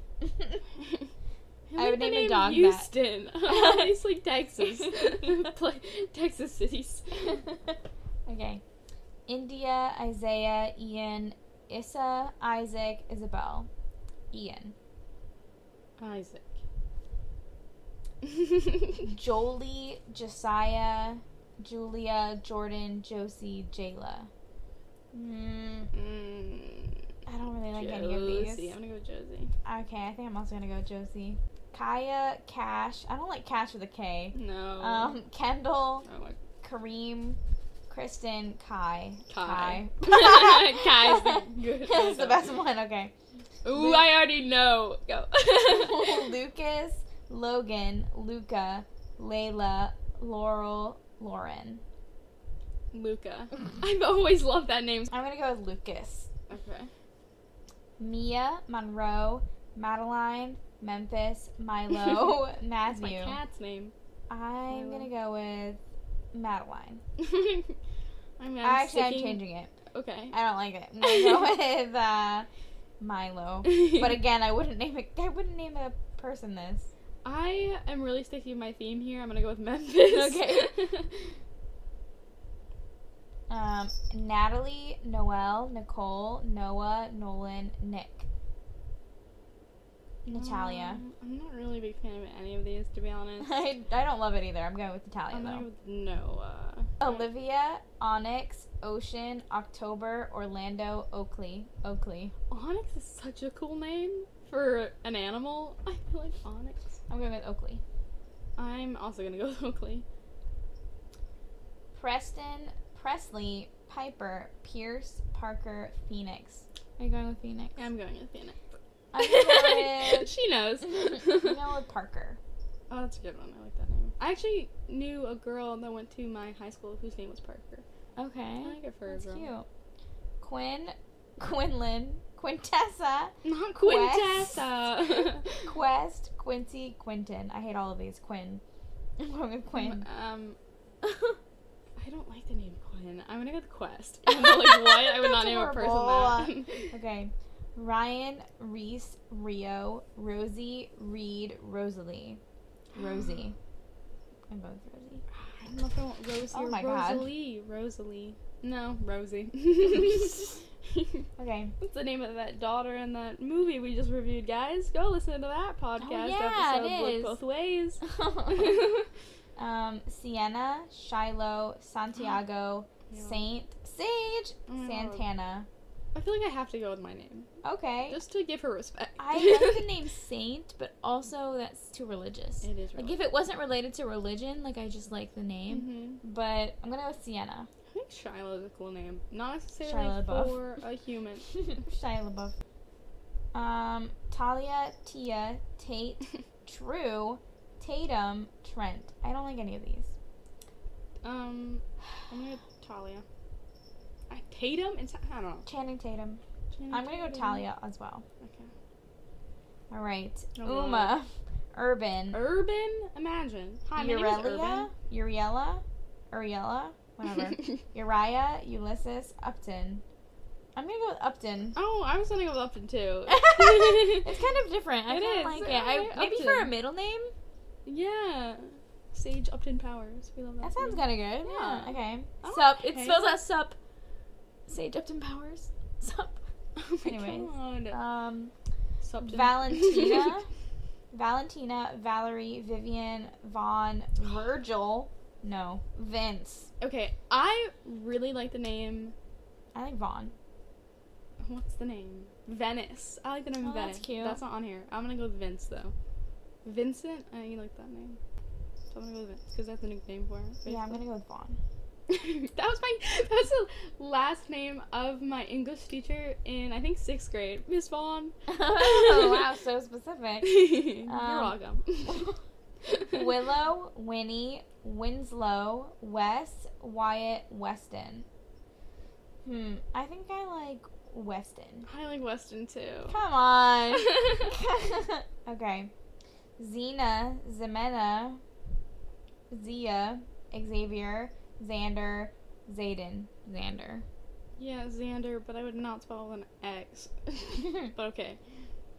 [SPEAKER 2] I would name a dog that.
[SPEAKER 1] Houston.
[SPEAKER 2] <laughs>
[SPEAKER 1] it's like Texas. Pla- Texas
[SPEAKER 2] <laughs>
[SPEAKER 1] cities.
[SPEAKER 2] okay. India, Isaiah, Ian, Issa, Isaac, Isabel, Ian,
[SPEAKER 1] Isaac.
[SPEAKER 2] Jolie, Josiah, Julia, Jordan, Josie, Jayla. Mm,
[SPEAKER 1] Mm,
[SPEAKER 2] I don't really like any of these.
[SPEAKER 1] Hmm. Josie. I'm gonna go with Josie.
[SPEAKER 2] Okay, I think I'm also gonna go with Josie. Kaya, Cash. I don't like Cash with a K.
[SPEAKER 1] No.
[SPEAKER 2] Um, Kendall,
[SPEAKER 1] oh my
[SPEAKER 2] Kareem, Kristen, Kai.
[SPEAKER 1] Kai. <laughs>
[SPEAKER 2] Kai.
[SPEAKER 1] Kai's
[SPEAKER 2] <laughs>
[SPEAKER 1] the good-
[SPEAKER 2] That's the best one.
[SPEAKER 1] <laughs>
[SPEAKER 2] Okay.
[SPEAKER 1] Ooh,
[SPEAKER 2] Luke-
[SPEAKER 1] I already know.
[SPEAKER 2] <laughs>
[SPEAKER 1] Go. <laughs>
[SPEAKER 2] Lucas, Logan, Luca, Layla, Laurel,
[SPEAKER 1] <laughs>
[SPEAKER 2] Lauren.
[SPEAKER 1] Luca. I've always loved that name.
[SPEAKER 2] I'm gonna go with Lucas.
[SPEAKER 1] Okay.
[SPEAKER 2] Mia, Monroe, Madeline, Memphis,
[SPEAKER 1] <laughs>
[SPEAKER 2] Milo,
[SPEAKER 1] That's my
[SPEAKER 2] Matthew.
[SPEAKER 1] cat's name. <laughs>
[SPEAKER 2] I'm gonna go with Madeline.
[SPEAKER 1] I mean, I'm
[SPEAKER 2] Actually, I'm
[SPEAKER 1] sticking-
[SPEAKER 2] changing it.
[SPEAKER 1] Okay.
[SPEAKER 2] I don't like it. I'm
[SPEAKER 1] <laughs>
[SPEAKER 2] gonna go with uh, Milo. <laughs> But again, I wouldn't name a, I wouldn't name a person this.
[SPEAKER 1] I am really sticking with my theme here. I'm gonna go with Memphis.
[SPEAKER 2] <laughs>
[SPEAKER 1] <laughs>
[SPEAKER 2] Okay. Um, Natalie, Noelle, Nicole, Noah, Nolan, Nick, Natalia.
[SPEAKER 1] Um, I'm not really a big fan of any of these, to be honest.
[SPEAKER 2] <laughs> I, I don't love it either. Um, I'm going with
[SPEAKER 1] I'm
[SPEAKER 2] Natalia
[SPEAKER 1] gonna go
[SPEAKER 2] though.
[SPEAKER 1] with Noah.
[SPEAKER 2] Olivia, Onyx, Ocean, October, Orlando, Oakley. Oakley.
[SPEAKER 1] Onyx is such a cool name for an animal. I feel like Onyx.
[SPEAKER 2] I'm going with Oakley.
[SPEAKER 1] I'm also gonna go <laughs> with Oakley.
[SPEAKER 2] Preston, Presley, Piper, Pierce, Parker, Phoenix. Are you going with Phoenix?
[SPEAKER 1] I'm going with Phoenix.
[SPEAKER 2] I'm going <laughs>
[SPEAKER 1] <laughs>
[SPEAKER 2] with,
[SPEAKER 1] she knows.
[SPEAKER 2] <laughs> I'm going with Parker.
[SPEAKER 1] Oh, that's a good one. I like that name. I actually knew a girl that went to my high school whose name was Parker.
[SPEAKER 2] Okay.
[SPEAKER 1] I like it for
[SPEAKER 2] That's
[SPEAKER 1] a girl.
[SPEAKER 2] cute. Quinn, <laughs> Quinlan, Quintessa,
[SPEAKER 1] Not
[SPEAKER 2] Quest.
[SPEAKER 1] Quintessa. <laughs>
[SPEAKER 2] Quest, Quincy, Quinton. I hate all of these. Quinn. <laughs> I'm going with Quinn. <laughs>
[SPEAKER 1] Um, I don't like the name Quinn. I'm gonna go with Quest. <laughs> Even though, like, what? I would not
[SPEAKER 2] That's
[SPEAKER 1] name a person
[SPEAKER 2] horrible.
[SPEAKER 1] that. <laughs>
[SPEAKER 2] okay. Ryan, Reese, Rio, Rosie, Reed, Rosalie. Rosie. I'm going with Rosie.
[SPEAKER 1] I don't know if I want Rosie
[SPEAKER 2] Oh
[SPEAKER 1] or
[SPEAKER 2] my God.
[SPEAKER 1] Rosalie. Rosalie. No, <laughs> Rosie. That's
[SPEAKER 2] Okay.
[SPEAKER 1] the name of that daughter in that movie we just reviewed, guys. Go listen to that podcast
[SPEAKER 2] Oh, yeah, it
[SPEAKER 1] episode. Look
[SPEAKER 2] is.
[SPEAKER 1] both
[SPEAKER 2] <laughs>
[SPEAKER 1] ways. <laughs>
[SPEAKER 2] um, Sienna, Shiloh, Santiago, Saint, Sage,
[SPEAKER 1] Oh my lord.
[SPEAKER 2] Santana.
[SPEAKER 1] I feel like I have to go with my name
[SPEAKER 2] Okay.
[SPEAKER 1] just to give her respect.
[SPEAKER 2] I like the
[SPEAKER 1] <laughs>
[SPEAKER 2] name Saint, but also that's too religious.
[SPEAKER 1] It is.
[SPEAKER 2] Like if it wasn't related to religion, like I just like the name.
[SPEAKER 1] hmm
[SPEAKER 2] But I'm gonna go with Sienna. <laughs>
[SPEAKER 1] I think Shiloh's a cool name, not
[SPEAKER 2] Shia
[SPEAKER 1] necessarily
[SPEAKER 2] LaBeouf.
[SPEAKER 1] for a
[SPEAKER 2] <laughs>
[SPEAKER 1] human.
[SPEAKER 2] Shia LaBeouf. Um, Talia, Tia, Tate, True, Tatum, Trent. I don't like any of these.
[SPEAKER 1] Um, I'm gonna go Talia. I, Tatum? It's, I don't know.
[SPEAKER 2] Channing Tatum.
[SPEAKER 1] Mm-hmm.
[SPEAKER 2] I'm gonna go Talia as well.
[SPEAKER 1] Okay.
[SPEAKER 2] All right.
[SPEAKER 1] Oh, wow.
[SPEAKER 2] Uma, Urban,
[SPEAKER 1] Urban? Imagine. Hi, my name is Urban.
[SPEAKER 2] Urelia, Uriella, Uriella,
[SPEAKER 1] <laughs>
[SPEAKER 2] whatever. Uriah, Ulysses, Upton. I'm gonna go with Upton.
[SPEAKER 1] oh, I was gonna go with Upton
[SPEAKER 2] <laughs>
[SPEAKER 1] too.
[SPEAKER 2] it's kind of different. I
[SPEAKER 1] It
[SPEAKER 2] don't
[SPEAKER 1] is.
[SPEAKER 2] like it.
[SPEAKER 1] Yeah,
[SPEAKER 2] I,
[SPEAKER 1] yeah,
[SPEAKER 2] maybe for a
[SPEAKER 1] Upton.
[SPEAKER 2] middle name,
[SPEAKER 1] yeah. Sage Upton Powers. We love that.
[SPEAKER 2] that sounds
[SPEAKER 1] name.
[SPEAKER 2] kind of good. Yeah. Oh,
[SPEAKER 1] Yeah.
[SPEAKER 2] Okay.
[SPEAKER 1] I
[SPEAKER 2] Sup.
[SPEAKER 1] don't
[SPEAKER 2] It
[SPEAKER 1] hate
[SPEAKER 2] spells
[SPEAKER 1] it.
[SPEAKER 2] out sup. Sage Upton Powers. <laughs> Sup.
[SPEAKER 1] <laughs> Oh my
[SPEAKER 2] Anyways.
[SPEAKER 1] God.
[SPEAKER 2] Um,
[SPEAKER 1] Supton.
[SPEAKER 2] Valentina, Valentina, Valerie, Vivian, Vaughn, Virgil. No, Vince.
[SPEAKER 1] <laughs> okay, I really like the name.
[SPEAKER 2] I like Vaughn.
[SPEAKER 1] What's the name? Venice. I like the name
[SPEAKER 2] Oh,
[SPEAKER 1] Venice.
[SPEAKER 2] that's cute.
[SPEAKER 1] That's not on here. I'm gonna go with Vince though. Vincent? I like that name. So I'm gonna go with Vince because that's a nickname for him.
[SPEAKER 2] Yeah, I'm gonna go with Vaughn. <laughs>
[SPEAKER 1] <laughs> that was my that was the last name of my English teacher in I think sixth grade, Miss Vaughn.
[SPEAKER 2] <laughs> oh wow, so specific.
[SPEAKER 1] <laughs> You're
[SPEAKER 2] Um,
[SPEAKER 1] welcome.
[SPEAKER 2] <laughs> Willow, Winnie, Winslow, Wes, Wyatt, Weston. Hmm, I think I like Weston.
[SPEAKER 1] I like Weston too.
[SPEAKER 2] <laughs>
[SPEAKER 1] <laughs>
[SPEAKER 2] Come on.
[SPEAKER 1] I
[SPEAKER 2] okay. Xena, Zemena, Zia, Xavier, Xander, Zayden, Xander. <laughs>
[SPEAKER 1] yeah, Xander, but I would not spell an X. <laughs> but okay.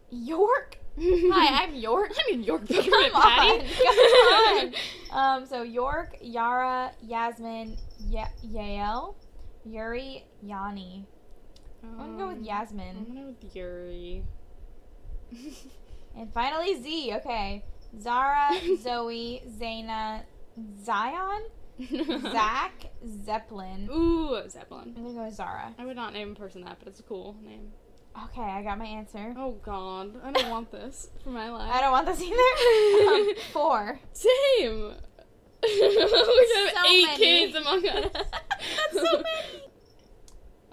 [SPEAKER 2] York? Hi,
[SPEAKER 1] <laughs> Hi,
[SPEAKER 2] I'm York.
[SPEAKER 1] I'm in
[SPEAKER 2] <laughs>
[SPEAKER 1] York.
[SPEAKER 2] Come
[SPEAKER 1] Come
[SPEAKER 2] on,
[SPEAKER 1] Patty.
[SPEAKER 2] come
[SPEAKER 1] <laughs>
[SPEAKER 2] on. Um, so York, Yara, Yasmin, Ye- Yael, Yuri, Yanni. I'm gonna go with
[SPEAKER 1] Um, I'm
[SPEAKER 2] Yasmin.
[SPEAKER 1] gonna go with Yuri. <laughs>
[SPEAKER 2] And finally Z, okay. <laughs> Zara, Zoe, Zaina, <laughs> Zion, Zach, Zeppelin.
[SPEAKER 1] Ooh, Zeppelin.
[SPEAKER 2] I'm gonna go with Zara.
[SPEAKER 1] I would not name a person that, but it's a cool name.
[SPEAKER 2] Okay, I got my answer.
[SPEAKER 1] Oh god, I don't want this for my life.
[SPEAKER 2] I don't want this <laughs> either. Um, four.
[SPEAKER 1] Same. <laughs> we could have
[SPEAKER 2] So
[SPEAKER 1] eight
[SPEAKER 2] many.
[SPEAKER 1] kids among us.
[SPEAKER 2] That's <laughs> so many.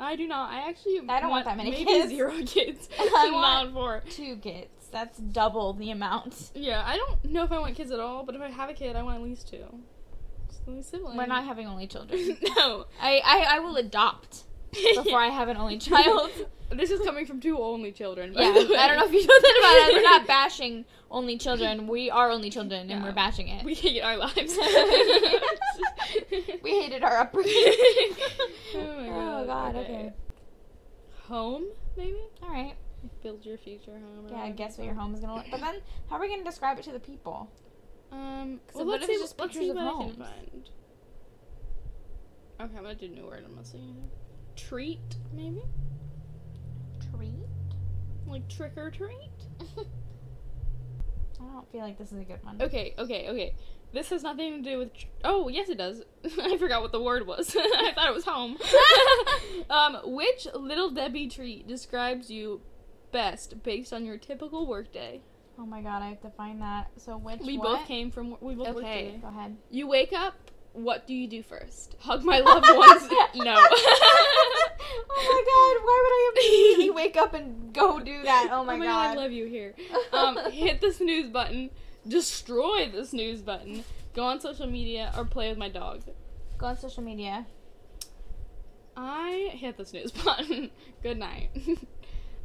[SPEAKER 1] I do not. I actually.
[SPEAKER 2] I don't want that many
[SPEAKER 1] maybe
[SPEAKER 2] kids. <laughs>
[SPEAKER 1] Zero kids.
[SPEAKER 2] I
[SPEAKER 1] not four.
[SPEAKER 2] Two kids. That's double the amount.
[SPEAKER 1] Yeah, I don't know if I want kids at all, but if I have a kid, I want at least two. Just at least siblings.
[SPEAKER 2] We're not having only children. <laughs>
[SPEAKER 1] <laughs> no.
[SPEAKER 2] I, I, I will adopt before I have
[SPEAKER 1] <laughs>
[SPEAKER 2] an <laughs> only child.
[SPEAKER 1] This is coming from two only children. by
[SPEAKER 2] Yeah,
[SPEAKER 1] the way.
[SPEAKER 2] I don't know if you know that about it. uh, We're
[SPEAKER 1] <laughs>
[SPEAKER 2] not bashing only children. We are only children, and
[SPEAKER 1] Yeah.
[SPEAKER 2] we're bashing <laughs> it.
[SPEAKER 1] We hate our <laughs> lives.
[SPEAKER 2] We hated our upbringing.
[SPEAKER 1] <laughs> Oh my God,
[SPEAKER 2] Oh, God,
[SPEAKER 1] okay.
[SPEAKER 2] okay.
[SPEAKER 1] Home, maybe?
[SPEAKER 2] All right.
[SPEAKER 1] Build your future home. or
[SPEAKER 2] Yeah, I
[SPEAKER 1] whatever.
[SPEAKER 2] guess what your home is gonna look. But then, how are we gonna describe it to the people?
[SPEAKER 1] Um,
[SPEAKER 2] 'Cause
[SPEAKER 1] well,
[SPEAKER 2] what
[SPEAKER 1] let's
[SPEAKER 2] if it's
[SPEAKER 1] see,
[SPEAKER 2] just
[SPEAKER 1] let's see
[SPEAKER 2] pictures
[SPEAKER 1] what
[SPEAKER 2] of
[SPEAKER 1] I can
[SPEAKER 2] homes?
[SPEAKER 1] find. Okay, I'm gonna do new word. I'm not seeing anything. Treat, maybe?
[SPEAKER 2] Treat. <laughs>
[SPEAKER 1] Like trick or treat?
[SPEAKER 2] I I don't feel like this is a good one.
[SPEAKER 1] Okay, okay, okay. This has nothing to do with. Tr- oh, yes, it does. <laughs> I forgot what the word was. <laughs> I thought it was
[SPEAKER 2] <laughs>
[SPEAKER 1] home. um, which Little Debbie treat describes you best based on your typical workday?
[SPEAKER 2] Oh my god, I have to find that. So which
[SPEAKER 1] We
[SPEAKER 2] what?
[SPEAKER 1] both came from. We both worked
[SPEAKER 2] Okay,
[SPEAKER 1] today.
[SPEAKER 2] go ahead.
[SPEAKER 1] You wake up. What do you do first? Hug my loved
[SPEAKER 2] <laughs>
[SPEAKER 1] ones. no. <laughs>
[SPEAKER 2] oh my god, why would
[SPEAKER 1] <laughs>
[SPEAKER 2] I immediately wake up and go do that? Oh my,
[SPEAKER 1] I
[SPEAKER 2] god.
[SPEAKER 1] love you
[SPEAKER 2] <laughs>
[SPEAKER 1] here. Um, hit the snooze button. Destroy the snooze button. Go on social media or play with my dog.
[SPEAKER 2] go on social media.
[SPEAKER 1] I hit the snooze <laughs> button. Good night. <laughs>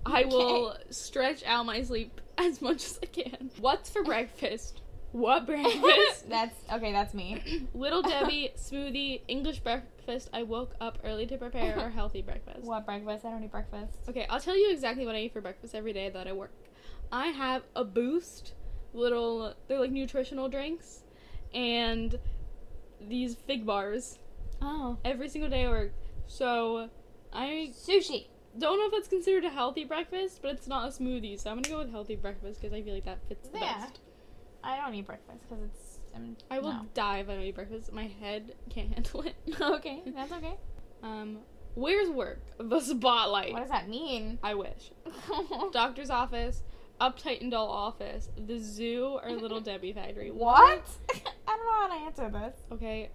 [SPEAKER 1] I will stretch out my sleep <laughs> as much as I can. What's for breakfast? <laughs> What breakfast?
[SPEAKER 2] <laughs> that's okay, that's me.
[SPEAKER 1] <laughs> Little Debbie smoothie, English breakfast. I woke up early to prepare <laughs> or healthy breakfast.
[SPEAKER 2] What breakfast? I don't eat breakfast.
[SPEAKER 1] Okay, I'll tell you exactly what I eat for breakfast every day that I work. I have a boost, little they're like nutritional drinks, and these fig bars
[SPEAKER 2] Oh.
[SPEAKER 1] every single day I work. So I
[SPEAKER 2] Sushi.
[SPEAKER 1] don't know if that's considered a healthy breakfast, but it's not a smoothie, so I'm gonna go with healthy breakfast because I feel like that fits the
[SPEAKER 2] Yeah.
[SPEAKER 1] best.
[SPEAKER 2] I don't eat breakfast because it's um,
[SPEAKER 1] I will
[SPEAKER 2] no.
[SPEAKER 1] die if I don't eat breakfast. My head can't handle it.
[SPEAKER 2] <laughs> okay, that's okay.
[SPEAKER 1] Um, where's work? The spotlight.
[SPEAKER 2] What does that mean? <laughs>
[SPEAKER 1] I wish. Doctor's office, uptight and dull office, the zoo, or Little Debbie
[SPEAKER 2] <laughs>
[SPEAKER 1] factory.
[SPEAKER 2] what? <laughs> I don't know how to answer this.
[SPEAKER 1] Okay,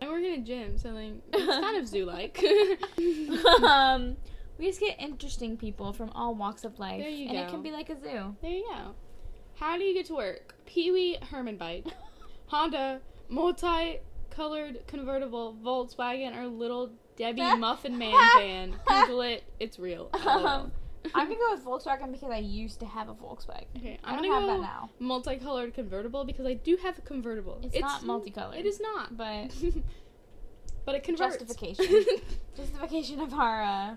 [SPEAKER 1] I work in a gym, so
[SPEAKER 2] <laughs>
[SPEAKER 1] like it's kind of zoo-like. <laughs>
[SPEAKER 2] um, we just get interesting people from all walks of life,
[SPEAKER 1] There you
[SPEAKER 2] and it
[SPEAKER 1] go.
[SPEAKER 2] can be like a zoo.
[SPEAKER 1] there you go. How do you get to work? Pee Wee Herman bike. Honda, multi-colored convertible Volkswagen or little
[SPEAKER 2] <laughs>
[SPEAKER 1] Debbie Muffin Man van. Google it, it's real.
[SPEAKER 2] Um, <laughs> I'm
[SPEAKER 1] I'm,
[SPEAKER 2] gonna go with Volkswagen because I used to have a Volkswagen.
[SPEAKER 1] okay,
[SPEAKER 2] I
[SPEAKER 1] I'm
[SPEAKER 2] don't
[SPEAKER 1] gonna
[SPEAKER 2] have
[SPEAKER 1] go
[SPEAKER 2] that now.
[SPEAKER 1] <laughs> multicolored convertible because I do have a convertible.
[SPEAKER 2] It's, not multicolored.
[SPEAKER 1] It is not,
[SPEAKER 2] but
[SPEAKER 1] <laughs>
[SPEAKER 2] <laughs>
[SPEAKER 1] but it converts.
[SPEAKER 2] Justification. justification of our uh,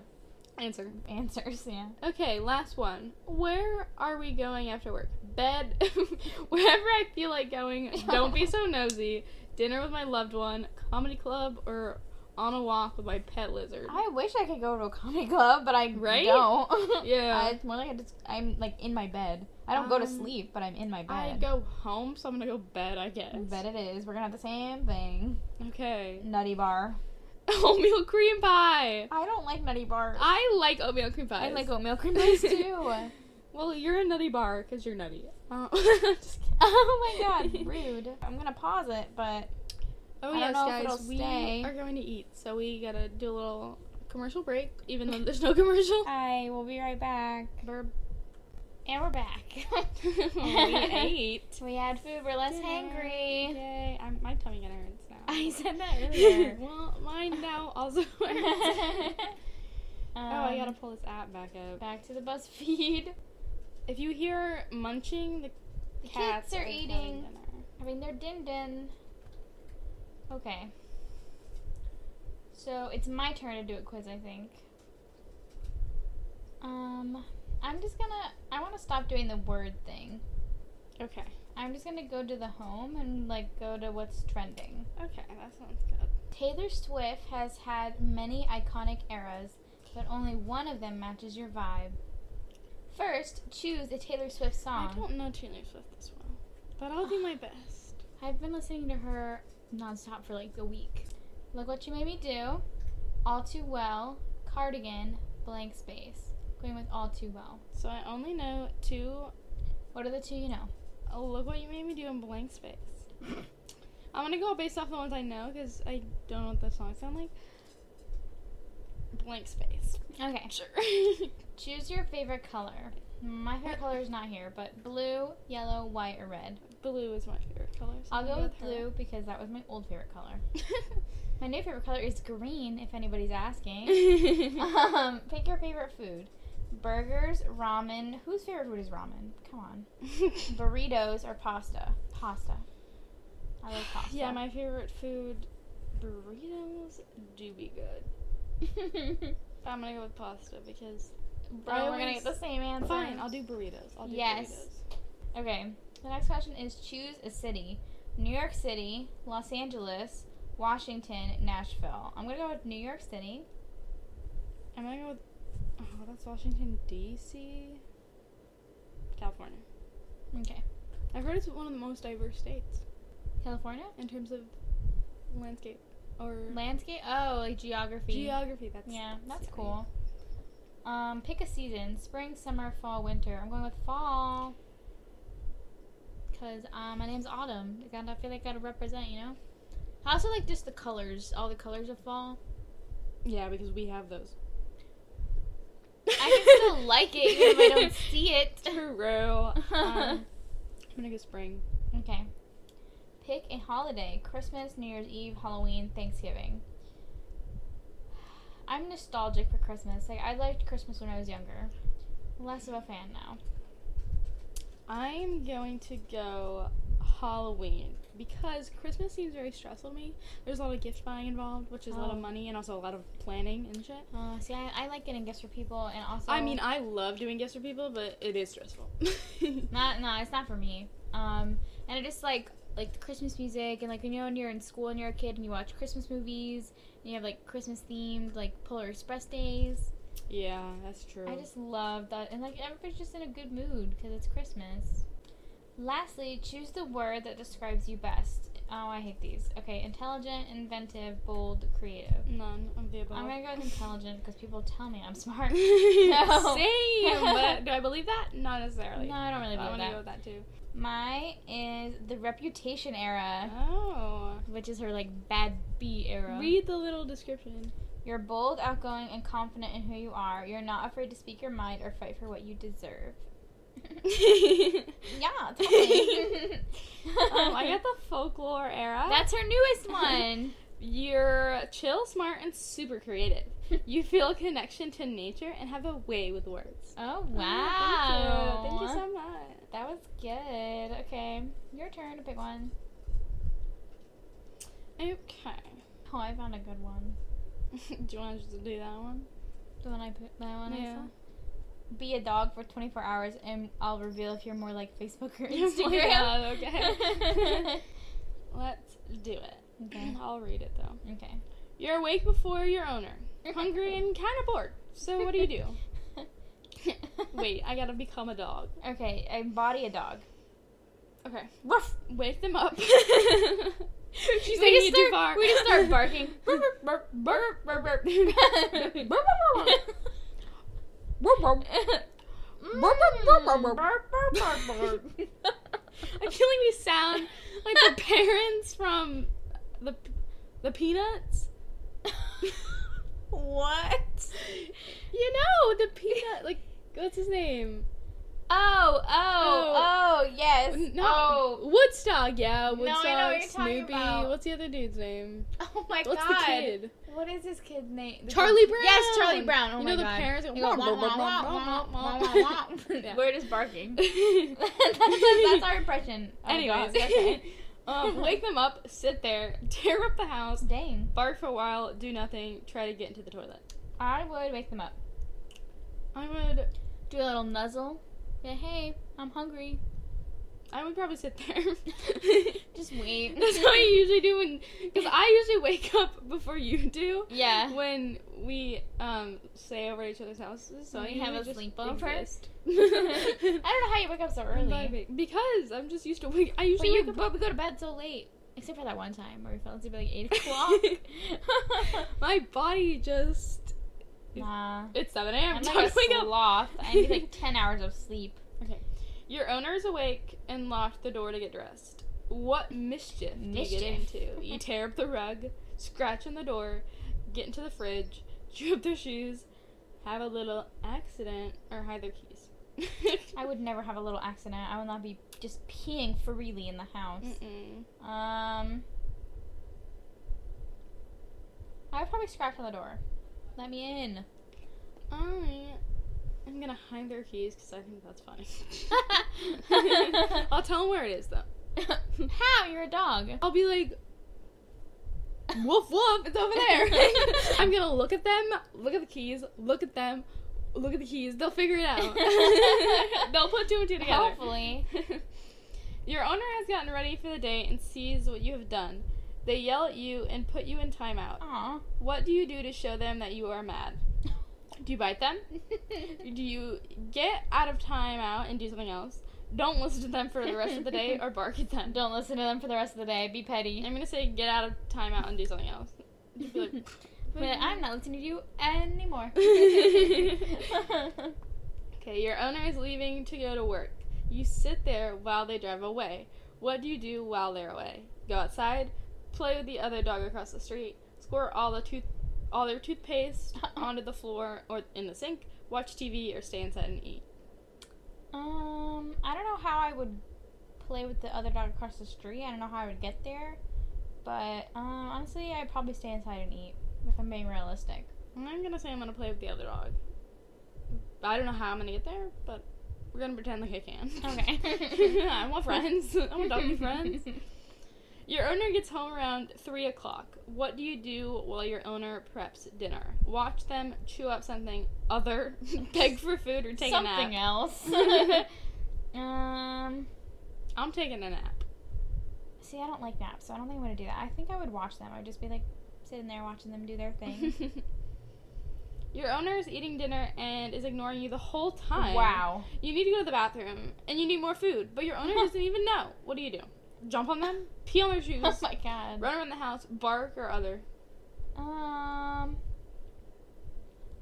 [SPEAKER 1] <laughs> Answer.
[SPEAKER 2] answers. Yeah.
[SPEAKER 1] Okay, last one. Where are we going after work? Bed. <laughs> Wherever I feel like going. Don't be so nosy. Dinner with my loved one. Comedy club or on a walk with my pet lizard.
[SPEAKER 2] I wish I could go to a comedy club, but I
[SPEAKER 1] Right?
[SPEAKER 2] don't. <laughs>
[SPEAKER 1] Yeah.
[SPEAKER 2] Uh, it's more like I just, I'm like in my bed. I don't go to
[SPEAKER 1] Um,
[SPEAKER 2] sleep, but I'm in my
[SPEAKER 1] I
[SPEAKER 2] bed.
[SPEAKER 1] go home, so I'm gonna go bed. I guess.
[SPEAKER 2] Bet it is. We're gonna have the same thing.
[SPEAKER 1] Okay. <laughs>
[SPEAKER 2] Nutty bar.
[SPEAKER 1] Oatmeal cream pie.
[SPEAKER 2] I don't like nutty bars.
[SPEAKER 1] I like oatmeal cream
[SPEAKER 2] I
[SPEAKER 1] pies.
[SPEAKER 2] like oatmeal cream pies too.
[SPEAKER 1] Well, you're a nutty bar because you're nutty. Uh, <laughs>
[SPEAKER 2] <laughs>
[SPEAKER 1] just kidding.
[SPEAKER 2] oh my god, rude. I'm gonna pause it, but
[SPEAKER 1] Oh
[SPEAKER 2] I don't
[SPEAKER 1] yes,
[SPEAKER 2] know if
[SPEAKER 1] guys,
[SPEAKER 2] it'll
[SPEAKER 1] we
[SPEAKER 2] stay.
[SPEAKER 1] are going to eat, so we gotta do a little commercial break, even though there's no <laughs> commercial.
[SPEAKER 2] I will be right back.
[SPEAKER 1] Burp.
[SPEAKER 2] And we're back. <laughs>
[SPEAKER 1] Oh, we ate.
[SPEAKER 2] we had food. We're less
[SPEAKER 1] Dinner.
[SPEAKER 2] hangry.
[SPEAKER 1] Yay! I'm, my tummy kind of hurts now. <laughs>
[SPEAKER 2] I said that earlier.
[SPEAKER 1] well, mine now
[SPEAKER 2] <laughs>
[SPEAKER 1] also hurts. <laughs> oh, I
[SPEAKER 2] Um,
[SPEAKER 1] gotta pull this app back up.
[SPEAKER 2] back to the BuzzFeed.
[SPEAKER 1] If you hear munching, the,
[SPEAKER 2] The
[SPEAKER 1] cats
[SPEAKER 2] kids are
[SPEAKER 1] having
[SPEAKER 2] eating.
[SPEAKER 1] dinner.
[SPEAKER 2] I mean, they're din din. Okay. So it's my turn to do a quiz, I think. Um, I'm just gonna. I want to stop doing the word thing.
[SPEAKER 1] Okay.
[SPEAKER 2] I'm just gonna go to the home and like go to what's trending.
[SPEAKER 1] Okay, that sounds good.
[SPEAKER 2] Taylor Swift has had many iconic eras, but only one of them matches your vibe. First, choose a Taylor Swift
[SPEAKER 1] I
[SPEAKER 2] song.
[SPEAKER 1] don't know Taylor Swift this well, but I'll
[SPEAKER 2] <sighs>
[SPEAKER 1] do my best.
[SPEAKER 2] I've been listening to her nonstop for like a week. Look what you made me do. All too well. Cardigan. Blank space. Going with all too well.
[SPEAKER 1] So I only know two
[SPEAKER 2] What are the two you know?
[SPEAKER 1] Oh, look what you made me do in blank space.
[SPEAKER 2] <laughs>
[SPEAKER 1] I'm gonna go based off the ones I know because I don't know what the songs sound like. Blank space.
[SPEAKER 2] Okay.
[SPEAKER 1] Sure. <laughs>
[SPEAKER 2] Choose your favorite color. My favorite color is not here, but blue, yellow, white, or red.
[SPEAKER 1] blue is my favorite color. so
[SPEAKER 2] I'll
[SPEAKER 1] I'm
[SPEAKER 2] go
[SPEAKER 1] gonna
[SPEAKER 2] with
[SPEAKER 1] her. <laughs>
[SPEAKER 2] <laughs> blue because that was my old favorite color. My new favorite color is green, if anybody's <laughs> asking. um, pick your favorite food. Burgers, ramen. Whose favorite food is ramen?
[SPEAKER 1] <laughs>
[SPEAKER 2] Come on. Burritos or pasta? Pasta. I like pasta.
[SPEAKER 1] yeah,
[SPEAKER 2] <laughs>
[SPEAKER 1] my favorite food burritos do be good. But I'm gonna go with pasta because
[SPEAKER 2] Bro, we're gonna get the same answer.
[SPEAKER 1] fine. I'll do burritos. I'll do
[SPEAKER 2] Yes. Okay. The next question is choose a city. New York City, Los Angeles, Washington, Nashville. I'm gonna go with New York City.
[SPEAKER 1] burritos. I'm gonna go with oh, that's Washington D.C. California.
[SPEAKER 2] Okay.
[SPEAKER 1] I've heard it's one of the most diverse states
[SPEAKER 2] California?
[SPEAKER 1] in terms of landscape or
[SPEAKER 2] Landscape? Oh, like geography.
[SPEAKER 1] geography. That's
[SPEAKER 2] yeah, that's
[SPEAKER 1] yeah.
[SPEAKER 2] cool. Um, pick a season: spring, summer, fall, winter. I'm going with fall. Cause um, my name's Autumn. I gotta I feel like I gotta represent, you know. I also like just the colors, all the colors of fall.
[SPEAKER 1] Yeah, because we have those.
[SPEAKER 2] I
[SPEAKER 1] <laughs>
[SPEAKER 2] can still like it even if I don't see it.
[SPEAKER 1] True.
[SPEAKER 2] <laughs>
[SPEAKER 1] Um, I'm gonna go spring.
[SPEAKER 2] Okay. Pick a holiday: Christmas, New Year's Eve, Halloween, Thanksgiving. I'm nostalgic for Christmas. Like I liked Christmas when I was younger. Less of a fan now.
[SPEAKER 1] I'm going to go Halloween because Christmas seems very stressful to me. There's a lot of gift buying involved, which is a lot of
[SPEAKER 2] Oh.
[SPEAKER 1] money and also a lot of planning and shit.
[SPEAKER 2] Uh, see, I, I like getting gifts for people, and also
[SPEAKER 1] I mean, I love doing gifts for people, but it is stressful. <laughs>
[SPEAKER 2] not no, it's not for me. Um, and I just like like the Christmas music, and like you know, when you're in school and you're a kid and you watch Christmas movies, and you have like Christmas themed like Polar Express days.
[SPEAKER 1] yeah, that's true.
[SPEAKER 2] I just love that, and like everybody's just in a good mood because it's Christmas. Lastly, choose the word that describes you best. Oh, I hate these. Okay, intelligent, inventive, bold, creative.
[SPEAKER 1] None of the above. <laughs>
[SPEAKER 2] I'm gonna go with intelligent because people tell me I'm smart. <laughs> No.
[SPEAKER 1] Same. <laughs> But do I believe that? Not necessarily.
[SPEAKER 2] No, I don't
[SPEAKER 1] I
[SPEAKER 2] really believe
[SPEAKER 1] want to
[SPEAKER 2] that.
[SPEAKER 1] go with that
[SPEAKER 2] <laughs>
[SPEAKER 1] too.
[SPEAKER 2] My is the Reputation era,
[SPEAKER 1] Oh.
[SPEAKER 2] which is her like bad B era.
[SPEAKER 1] Read the little
[SPEAKER 2] <laughs>
[SPEAKER 1] description. <laughs>
[SPEAKER 2] You're bold, outgoing, and confident in who you are. You're not afraid to speak your mind or fight for what you deserve. <laughs> Yeah, totally.
[SPEAKER 1] um, Oh, I got the folklore era.
[SPEAKER 2] <laughs> That's her newest one.
[SPEAKER 1] You're chill, smart, and super creative. You feel a connection to nature and have a way with words.
[SPEAKER 2] oh
[SPEAKER 1] Oh,
[SPEAKER 2] wow!
[SPEAKER 1] thank you. Thank you so much.
[SPEAKER 2] That was good. Okay, your turn to pick one.
[SPEAKER 1] Okay. <laughs>
[SPEAKER 2] Oh, I found a good one.
[SPEAKER 1] do you want to just do that one?
[SPEAKER 2] The one I put. That one. I
[SPEAKER 1] Yeah.
[SPEAKER 2] saw. Be a dog for 24 hours, and I'll reveal if you're more like Facebook or
[SPEAKER 1] <laughs> Oh my God,
[SPEAKER 2] Instagram. <laughs>
[SPEAKER 1] okay. <laughs> Let's do it.
[SPEAKER 2] okay.
[SPEAKER 1] I'll read it though.
[SPEAKER 2] Okay.
[SPEAKER 1] You're awake before your owner, hungry and kind of bored. So what do you do?
[SPEAKER 2] <laughs>
[SPEAKER 1] Wait, I gotta become a dog.
[SPEAKER 2] Okay, embody a dog.
[SPEAKER 1] Okay.
[SPEAKER 2] Ruff.
[SPEAKER 1] Wake them up. <laughs>
[SPEAKER 2] We
[SPEAKER 1] She's taking it
[SPEAKER 2] just
[SPEAKER 1] too
[SPEAKER 2] start-
[SPEAKER 1] far.
[SPEAKER 2] We just start <laughs> barking. Mm. Burp, burp, burp, burp, <laughs> burp, burp. Burp, burp, burp. Mm.
[SPEAKER 1] <laughs> I
[SPEAKER 2] <laughs>
[SPEAKER 1] feel like we sound like the parents from the the Peanuts.
[SPEAKER 2] <laughs> What?
[SPEAKER 1] You know the peanut. Like what's his name?
[SPEAKER 2] Oh, oh, oh, yes. Oh,
[SPEAKER 1] Woodstock. Yeah,
[SPEAKER 2] No, I know
[SPEAKER 1] Woodstock.
[SPEAKER 2] what you're talking
[SPEAKER 1] Snoopy.
[SPEAKER 2] about.
[SPEAKER 1] What's the other dude's name?
[SPEAKER 2] oh my
[SPEAKER 1] What's
[SPEAKER 2] god.
[SPEAKER 1] the kid?
[SPEAKER 2] What is this kid's name? The
[SPEAKER 1] Charlie
[SPEAKER 2] kid-
[SPEAKER 1] Brown.
[SPEAKER 2] Yes, Charlie Brown. Oh
[SPEAKER 1] you
[SPEAKER 2] my
[SPEAKER 1] know the
[SPEAKER 2] god.
[SPEAKER 1] parents go,
[SPEAKER 2] They go, "Wah, wah, wah, wah, wah,
[SPEAKER 1] <laughs>
[SPEAKER 2] wah, wah."
[SPEAKER 1] Yeah.
[SPEAKER 2] We're just barking. <laughs>
[SPEAKER 1] <laughs>
[SPEAKER 2] that's,
[SPEAKER 1] that's <laughs>
[SPEAKER 2] that's our <laughs> impression. of
[SPEAKER 1] Anyways,
[SPEAKER 2] dogs. Okay.
[SPEAKER 1] um, wake them up, sit there, <laughs> tear up the house,
[SPEAKER 2] <laughs> Dang.
[SPEAKER 1] bark for a while, do nothing, try to get into the toilet.
[SPEAKER 2] I would wake them up.
[SPEAKER 1] I would,
[SPEAKER 2] Do a little nuzzle. Yeah, hey, I'm hungry.
[SPEAKER 1] I would probably sit <laughs> there.
[SPEAKER 2] Just wait.
[SPEAKER 1] That's what I usually do when, because I usually wake up before you do.
[SPEAKER 2] <laughs> Yeah.
[SPEAKER 1] When we um stay over at each other's houses, so I
[SPEAKER 2] We have
[SPEAKER 1] usually
[SPEAKER 2] a
[SPEAKER 1] just <laughs>
[SPEAKER 2] sleepover?
[SPEAKER 1] exist.
[SPEAKER 2] I don't know how you wake up so
[SPEAKER 1] I'm
[SPEAKER 2] early.
[SPEAKER 1] vibing. Because I'm just used to wake. I
[SPEAKER 2] But,
[SPEAKER 1] usually
[SPEAKER 2] you,
[SPEAKER 1] wake up.
[SPEAKER 2] but we go to bed so late. Except for that one time where we fell asleep at
[SPEAKER 1] <laughs>
[SPEAKER 2] like 8 o'clock. <laughs>
[SPEAKER 1] My body just. <laughs>
[SPEAKER 2] nah.
[SPEAKER 1] It's 7 a.m.
[SPEAKER 2] I'm
[SPEAKER 1] time
[SPEAKER 2] like a
[SPEAKER 1] to wake up.
[SPEAKER 2] sloth. I need like 10 hours of sleep.
[SPEAKER 1] Your owner is awake and locked the door to get dressed. What mischief, do you
[SPEAKER 2] Mischief.
[SPEAKER 1] get into?
[SPEAKER 2] <laughs>
[SPEAKER 1] You tear up the rug, scratch on the door, get into the fridge, chew up their shoes, have a little accident, or hide their keys.
[SPEAKER 2] <laughs> I would never have a little accident. I would not be just peeing freely in the house.
[SPEAKER 1] Mm-mm.
[SPEAKER 2] Um, I would probably scratch on the door. Let me in. <laughs>
[SPEAKER 1] I am gonna hide their keys because I think that's
[SPEAKER 2] <laughs>
[SPEAKER 1] funny. <laughs> I'll tell them where it is though.
[SPEAKER 2] How? You're a dog.
[SPEAKER 1] I'll be like, woof woof, it's over there. <laughs> I'm gonna look at them, look at the keys, look at them, look at the keys. They'll figure it out.
[SPEAKER 2] <laughs>
[SPEAKER 1] They'll put two and two together.
[SPEAKER 2] Hopefully.
[SPEAKER 1] <laughs> Your owner has gotten ready for the day and sees what you have done. They yell at you and put you in timeout.
[SPEAKER 2] Aw.
[SPEAKER 1] What do you do to show them that you are mad? Do you bite them? Do you get out of timeout and do something else? Don't listen to them for the rest of the day or bark at
[SPEAKER 2] <laughs>
[SPEAKER 1] them.
[SPEAKER 2] Don't listen to them for the rest of the day. Be petty.
[SPEAKER 1] I'm gonna say get out of timeout and do something else. Just be like,
[SPEAKER 2] <laughs> But I'm not listening to you anymore. <laughs>
[SPEAKER 1] okay, your owner is leaving to go to work. You sit there while they drive away. What do you do while they're away? Go outside, play with the other dog across the street, squirt all the tooth all their toothpaste <laughs> onto the floor or in the sink, watch TV or stay inside and eat.
[SPEAKER 2] um, I don't know how I would play with the other dog across the street. I don't know how I would get there. But um, honestly, I'd probably stay inside and eat if I'm being
[SPEAKER 1] <laughs>
[SPEAKER 2] realistic.
[SPEAKER 1] I'm gonna say I'm gonna play with the other dog. I don't know how I'm gonna get there, but we're gonna pretend like I can. <laughs>
[SPEAKER 2] Okay.
[SPEAKER 1] I want friends. I want doggy
[SPEAKER 2] <laughs>
[SPEAKER 1] friends. Your owner gets home around 3 o'clock. What do you do while your owner preps dinner? Watch them chew up something other, <laughs> beg for food, or take a
[SPEAKER 2] Something
[SPEAKER 1] nap? <laughs>
[SPEAKER 2] else. <laughs> um,
[SPEAKER 1] I'm taking a nap.
[SPEAKER 2] see, I don't like naps, so I don't think I'm gonna do that. I think I would watch them. I would just be like sitting there watching them do their
[SPEAKER 1] <laughs>
[SPEAKER 2] thing.
[SPEAKER 1] Your owner is eating dinner and is ignoring you the whole time. <laughs>
[SPEAKER 2] wow. <laughs>
[SPEAKER 1] You need to go to the bathroom and you need more food, but your owner doesn't even know. What do you do? Jump on them? Pee on their shoes?
[SPEAKER 2] Oh my god.
[SPEAKER 1] run around the house, bark or
[SPEAKER 2] <laughs>
[SPEAKER 1] other.
[SPEAKER 2] Um.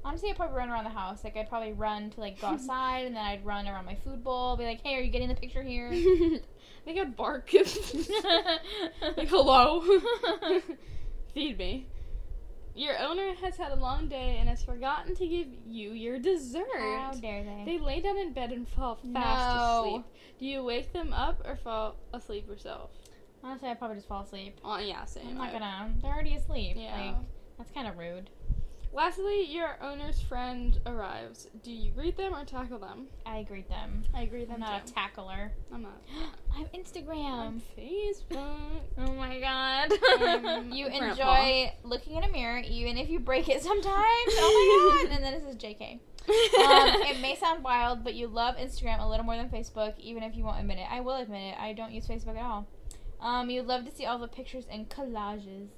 [SPEAKER 2] Honestly, I'd probably run around the house. Like, I'd probably run
[SPEAKER 1] <laughs>
[SPEAKER 2] to, like, go outside, and then I'd run around my food bowl, be like, hey, are you getting the picture here?
[SPEAKER 1] I think I'd bark. <laughs> like,
[SPEAKER 2] <laughs>
[SPEAKER 1] hello? Feed me. Your owner has had a long day and has forgotten to give you your dessert.
[SPEAKER 2] How dare they?
[SPEAKER 1] They lay down in bed and fall fast
[SPEAKER 2] Oh, No.
[SPEAKER 1] asleep. Do you wake them up or fall asleep yourself?
[SPEAKER 2] Honestly, I'd probably just fall asleep.
[SPEAKER 1] Oh, yeah, same.
[SPEAKER 2] I'm
[SPEAKER 1] I-
[SPEAKER 2] not gonna. They're already asleep.
[SPEAKER 1] Yeah.
[SPEAKER 2] Like, that's kind of rude.
[SPEAKER 1] Lastly, your owner's friend arrives. Do you greet them or tackle them?
[SPEAKER 2] I greet them.
[SPEAKER 1] I agree
[SPEAKER 2] I'm not a tackler. <gasps>
[SPEAKER 1] I'm not.
[SPEAKER 2] I'm Instagram.
[SPEAKER 1] On Facebook.
[SPEAKER 2] <laughs>
[SPEAKER 1] <laughs>
[SPEAKER 2] Oh my god.
[SPEAKER 1] Um,
[SPEAKER 2] <laughs> you
[SPEAKER 1] Grandpa.
[SPEAKER 2] enjoy looking in a mirror, even if you break it sometimes. Oh my
[SPEAKER 1] <laughs>
[SPEAKER 2] god. And then it says JK. um, it may sound wild, but you love Instagram a little more than Facebook, even if you won't admit it. I will admit it. I don't use Facebook at all. Um, you love to see all the pictures and collages.
[SPEAKER 1] <laughs>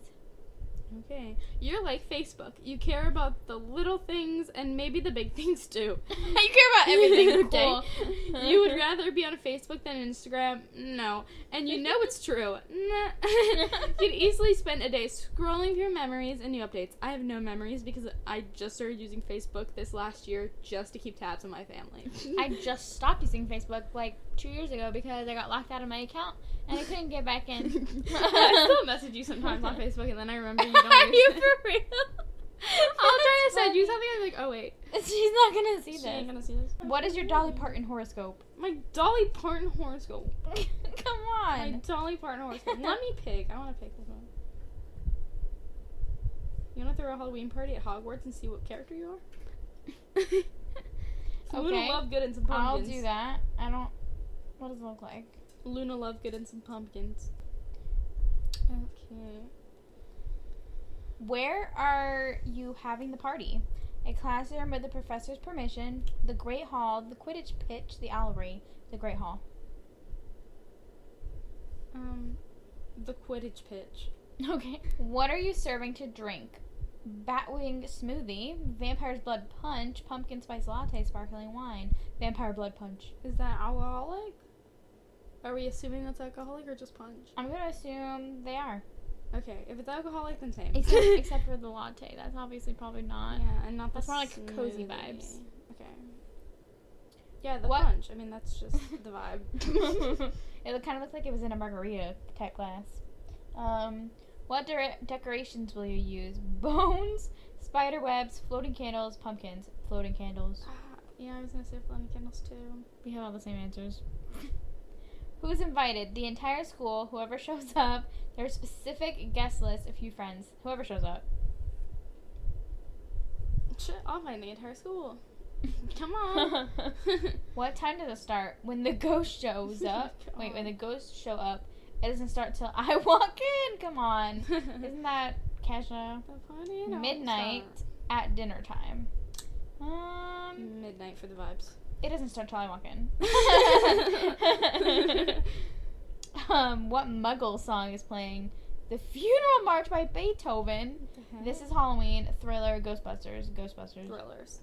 [SPEAKER 1] Okay. You're like Facebook. You care about the little things and maybe the big things too.
[SPEAKER 2] you care <laughs> about everything.
[SPEAKER 1] Okay.
[SPEAKER 2] <laughs> cool.
[SPEAKER 1] <laughs> You would rather be on Facebook than Instagram? No. And you know it's true. Nah. <laughs> You'd easily spend a day scrolling through memories and new updates. I have no memories because I just started using Facebook this last year just to keep tabs on my family.
[SPEAKER 2] <laughs> <laughs> I just stopped using Facebook like two years ago because I got locked out of my account and I couldn't get back in.
[SPEAKER 1] <laughs>
[SPEAKER 2] <laughs>
[SPEAKER 1] I still message you sometimes on Facebook, and then I remember you
[SPEAKER 2] Are
[SPEAKER 1] don't.
[SPEAKER 2] you
[SPEAKER 1] use
[SPEAKER 2] for
[SPEAKER 1] <laughs>
[SPEAKER 2] real?
[SPEAKER 1] I'll try to send you something. I'm like, oh wait,
[SPEAKER 2] <laughs> She's not gonna see
[SPEAKER 1] she ain't
[SPEAKER 2] this.
[SPEAKER 1] gonna see this.
[SPEAKER 2] What is your Dolly Parton horoscope?
[SPEAKER 1] My Dolly Parton horoscope.
[SPEAKER 2] <laughs> Come
[SPEAKER 1] My
[SPEAKER 2] on.
[SPEAKER 1] Dolly Parton
[SPEAKER 2] <laughs>
[SPEAKER 1] horoscope. Let me pick. I want to pick this one. You want to throw a Halloween party at Hogwarts and see what character you
[SPEAKER 2] <laughs>
[SPEAKER 1] are? Luna
[SPEAKER 2] Okay.
[SPEAKER 1] Lovegood and some
[SPEAKER 2] I'll
[SPEAKER 1] pumpkins.
[SPEAKER 2] do that. I don't. What does it look like?
[SPEAKER 1] Luna Lovegood and some pumpkins. Okay.
[SPEAKER 2] Where are you having the party? A classroom with the professor's permission, the Great Hall, the Quidditch pitch, the Owlry, the Great Hall.
[SPEAKER 1] Um, the Quidditch pitch.
[SPEAKER 2] Okay. What are you serving to drink? Batwing smoothie, vampire's blood punch, pumpkin spice latte, sparkling wine, vampire blood punch.
[SPEAKER 1] Is that alcoholic? Are we assuming that's alcoholic or just punch?
[SPEAKER 2] I'm gonna assume they are.
[SPEAKER 1] Okay, if it's alcoholic, then same.
[SPEAKER 2] <laughs> Except, except for the latte. That's obviously probably not.
[SPEAKER 1] Yeah, and not
[SPEAKER 2] That's
[SPEAKER 1] the
[SPEAKER 2] more like cozy
[SPEAKER 1] smoothie.
[SPEAKER 2] vibes.
[SPEAKER 1] Okay. Yeah, the
[SPEAKER 2] What-
[SPEAKER 1] punch. I mean, that's <laughs> just the vibe.
[SPEAKER 2] <laughs> It look- kind of looks like it was in a margarita type glass. Um, what dere- decorations will you use? <laughs> Bones, spider webs, floating candles, pumpkins, floating candles.
[SPEAKER 1] Ah, <laughs> yeah, I was gonna say floating candles too.
[SPEAKER 2] We have all the same answers. <laughs> Who's invited? The entire school, whoever shows up, their specific guest list, a few friends, whoever shows up.
[SPEAKER 1] Shit, I'll find the entire <laughs> school. Come on.
[SPEAKER 2] <laughs>
[SPEAKER 1] <laughs>
[SPEAKER 2] what time does it start? When the ghost shows up. Wait, when the ghosts show up, it doesn't start till I walk in.
[SPEAKER 1] <laughs>
[SPEAKER 2] Come on. Isn't that Kesha?
[SPEAKER 1] The party don't
[SPEAKER 2] midnight at dinner time.
[SPEAKER 1] start.
[SPEAKER 2] Um,
[SPEAKER 1] Midnight for the vibes. <laughs>
[SPEAKER 2] it doesn't start till I walk in. <laughs> um, what Muggle song is playing? The Funeral March by Beethoven.
[SPEAKER 1] <laughs>
[SPEAKER 2] This is Halloween, Thriller, Ghostbusters, Ghostbusters.
[SPEAKER 1] thrillers.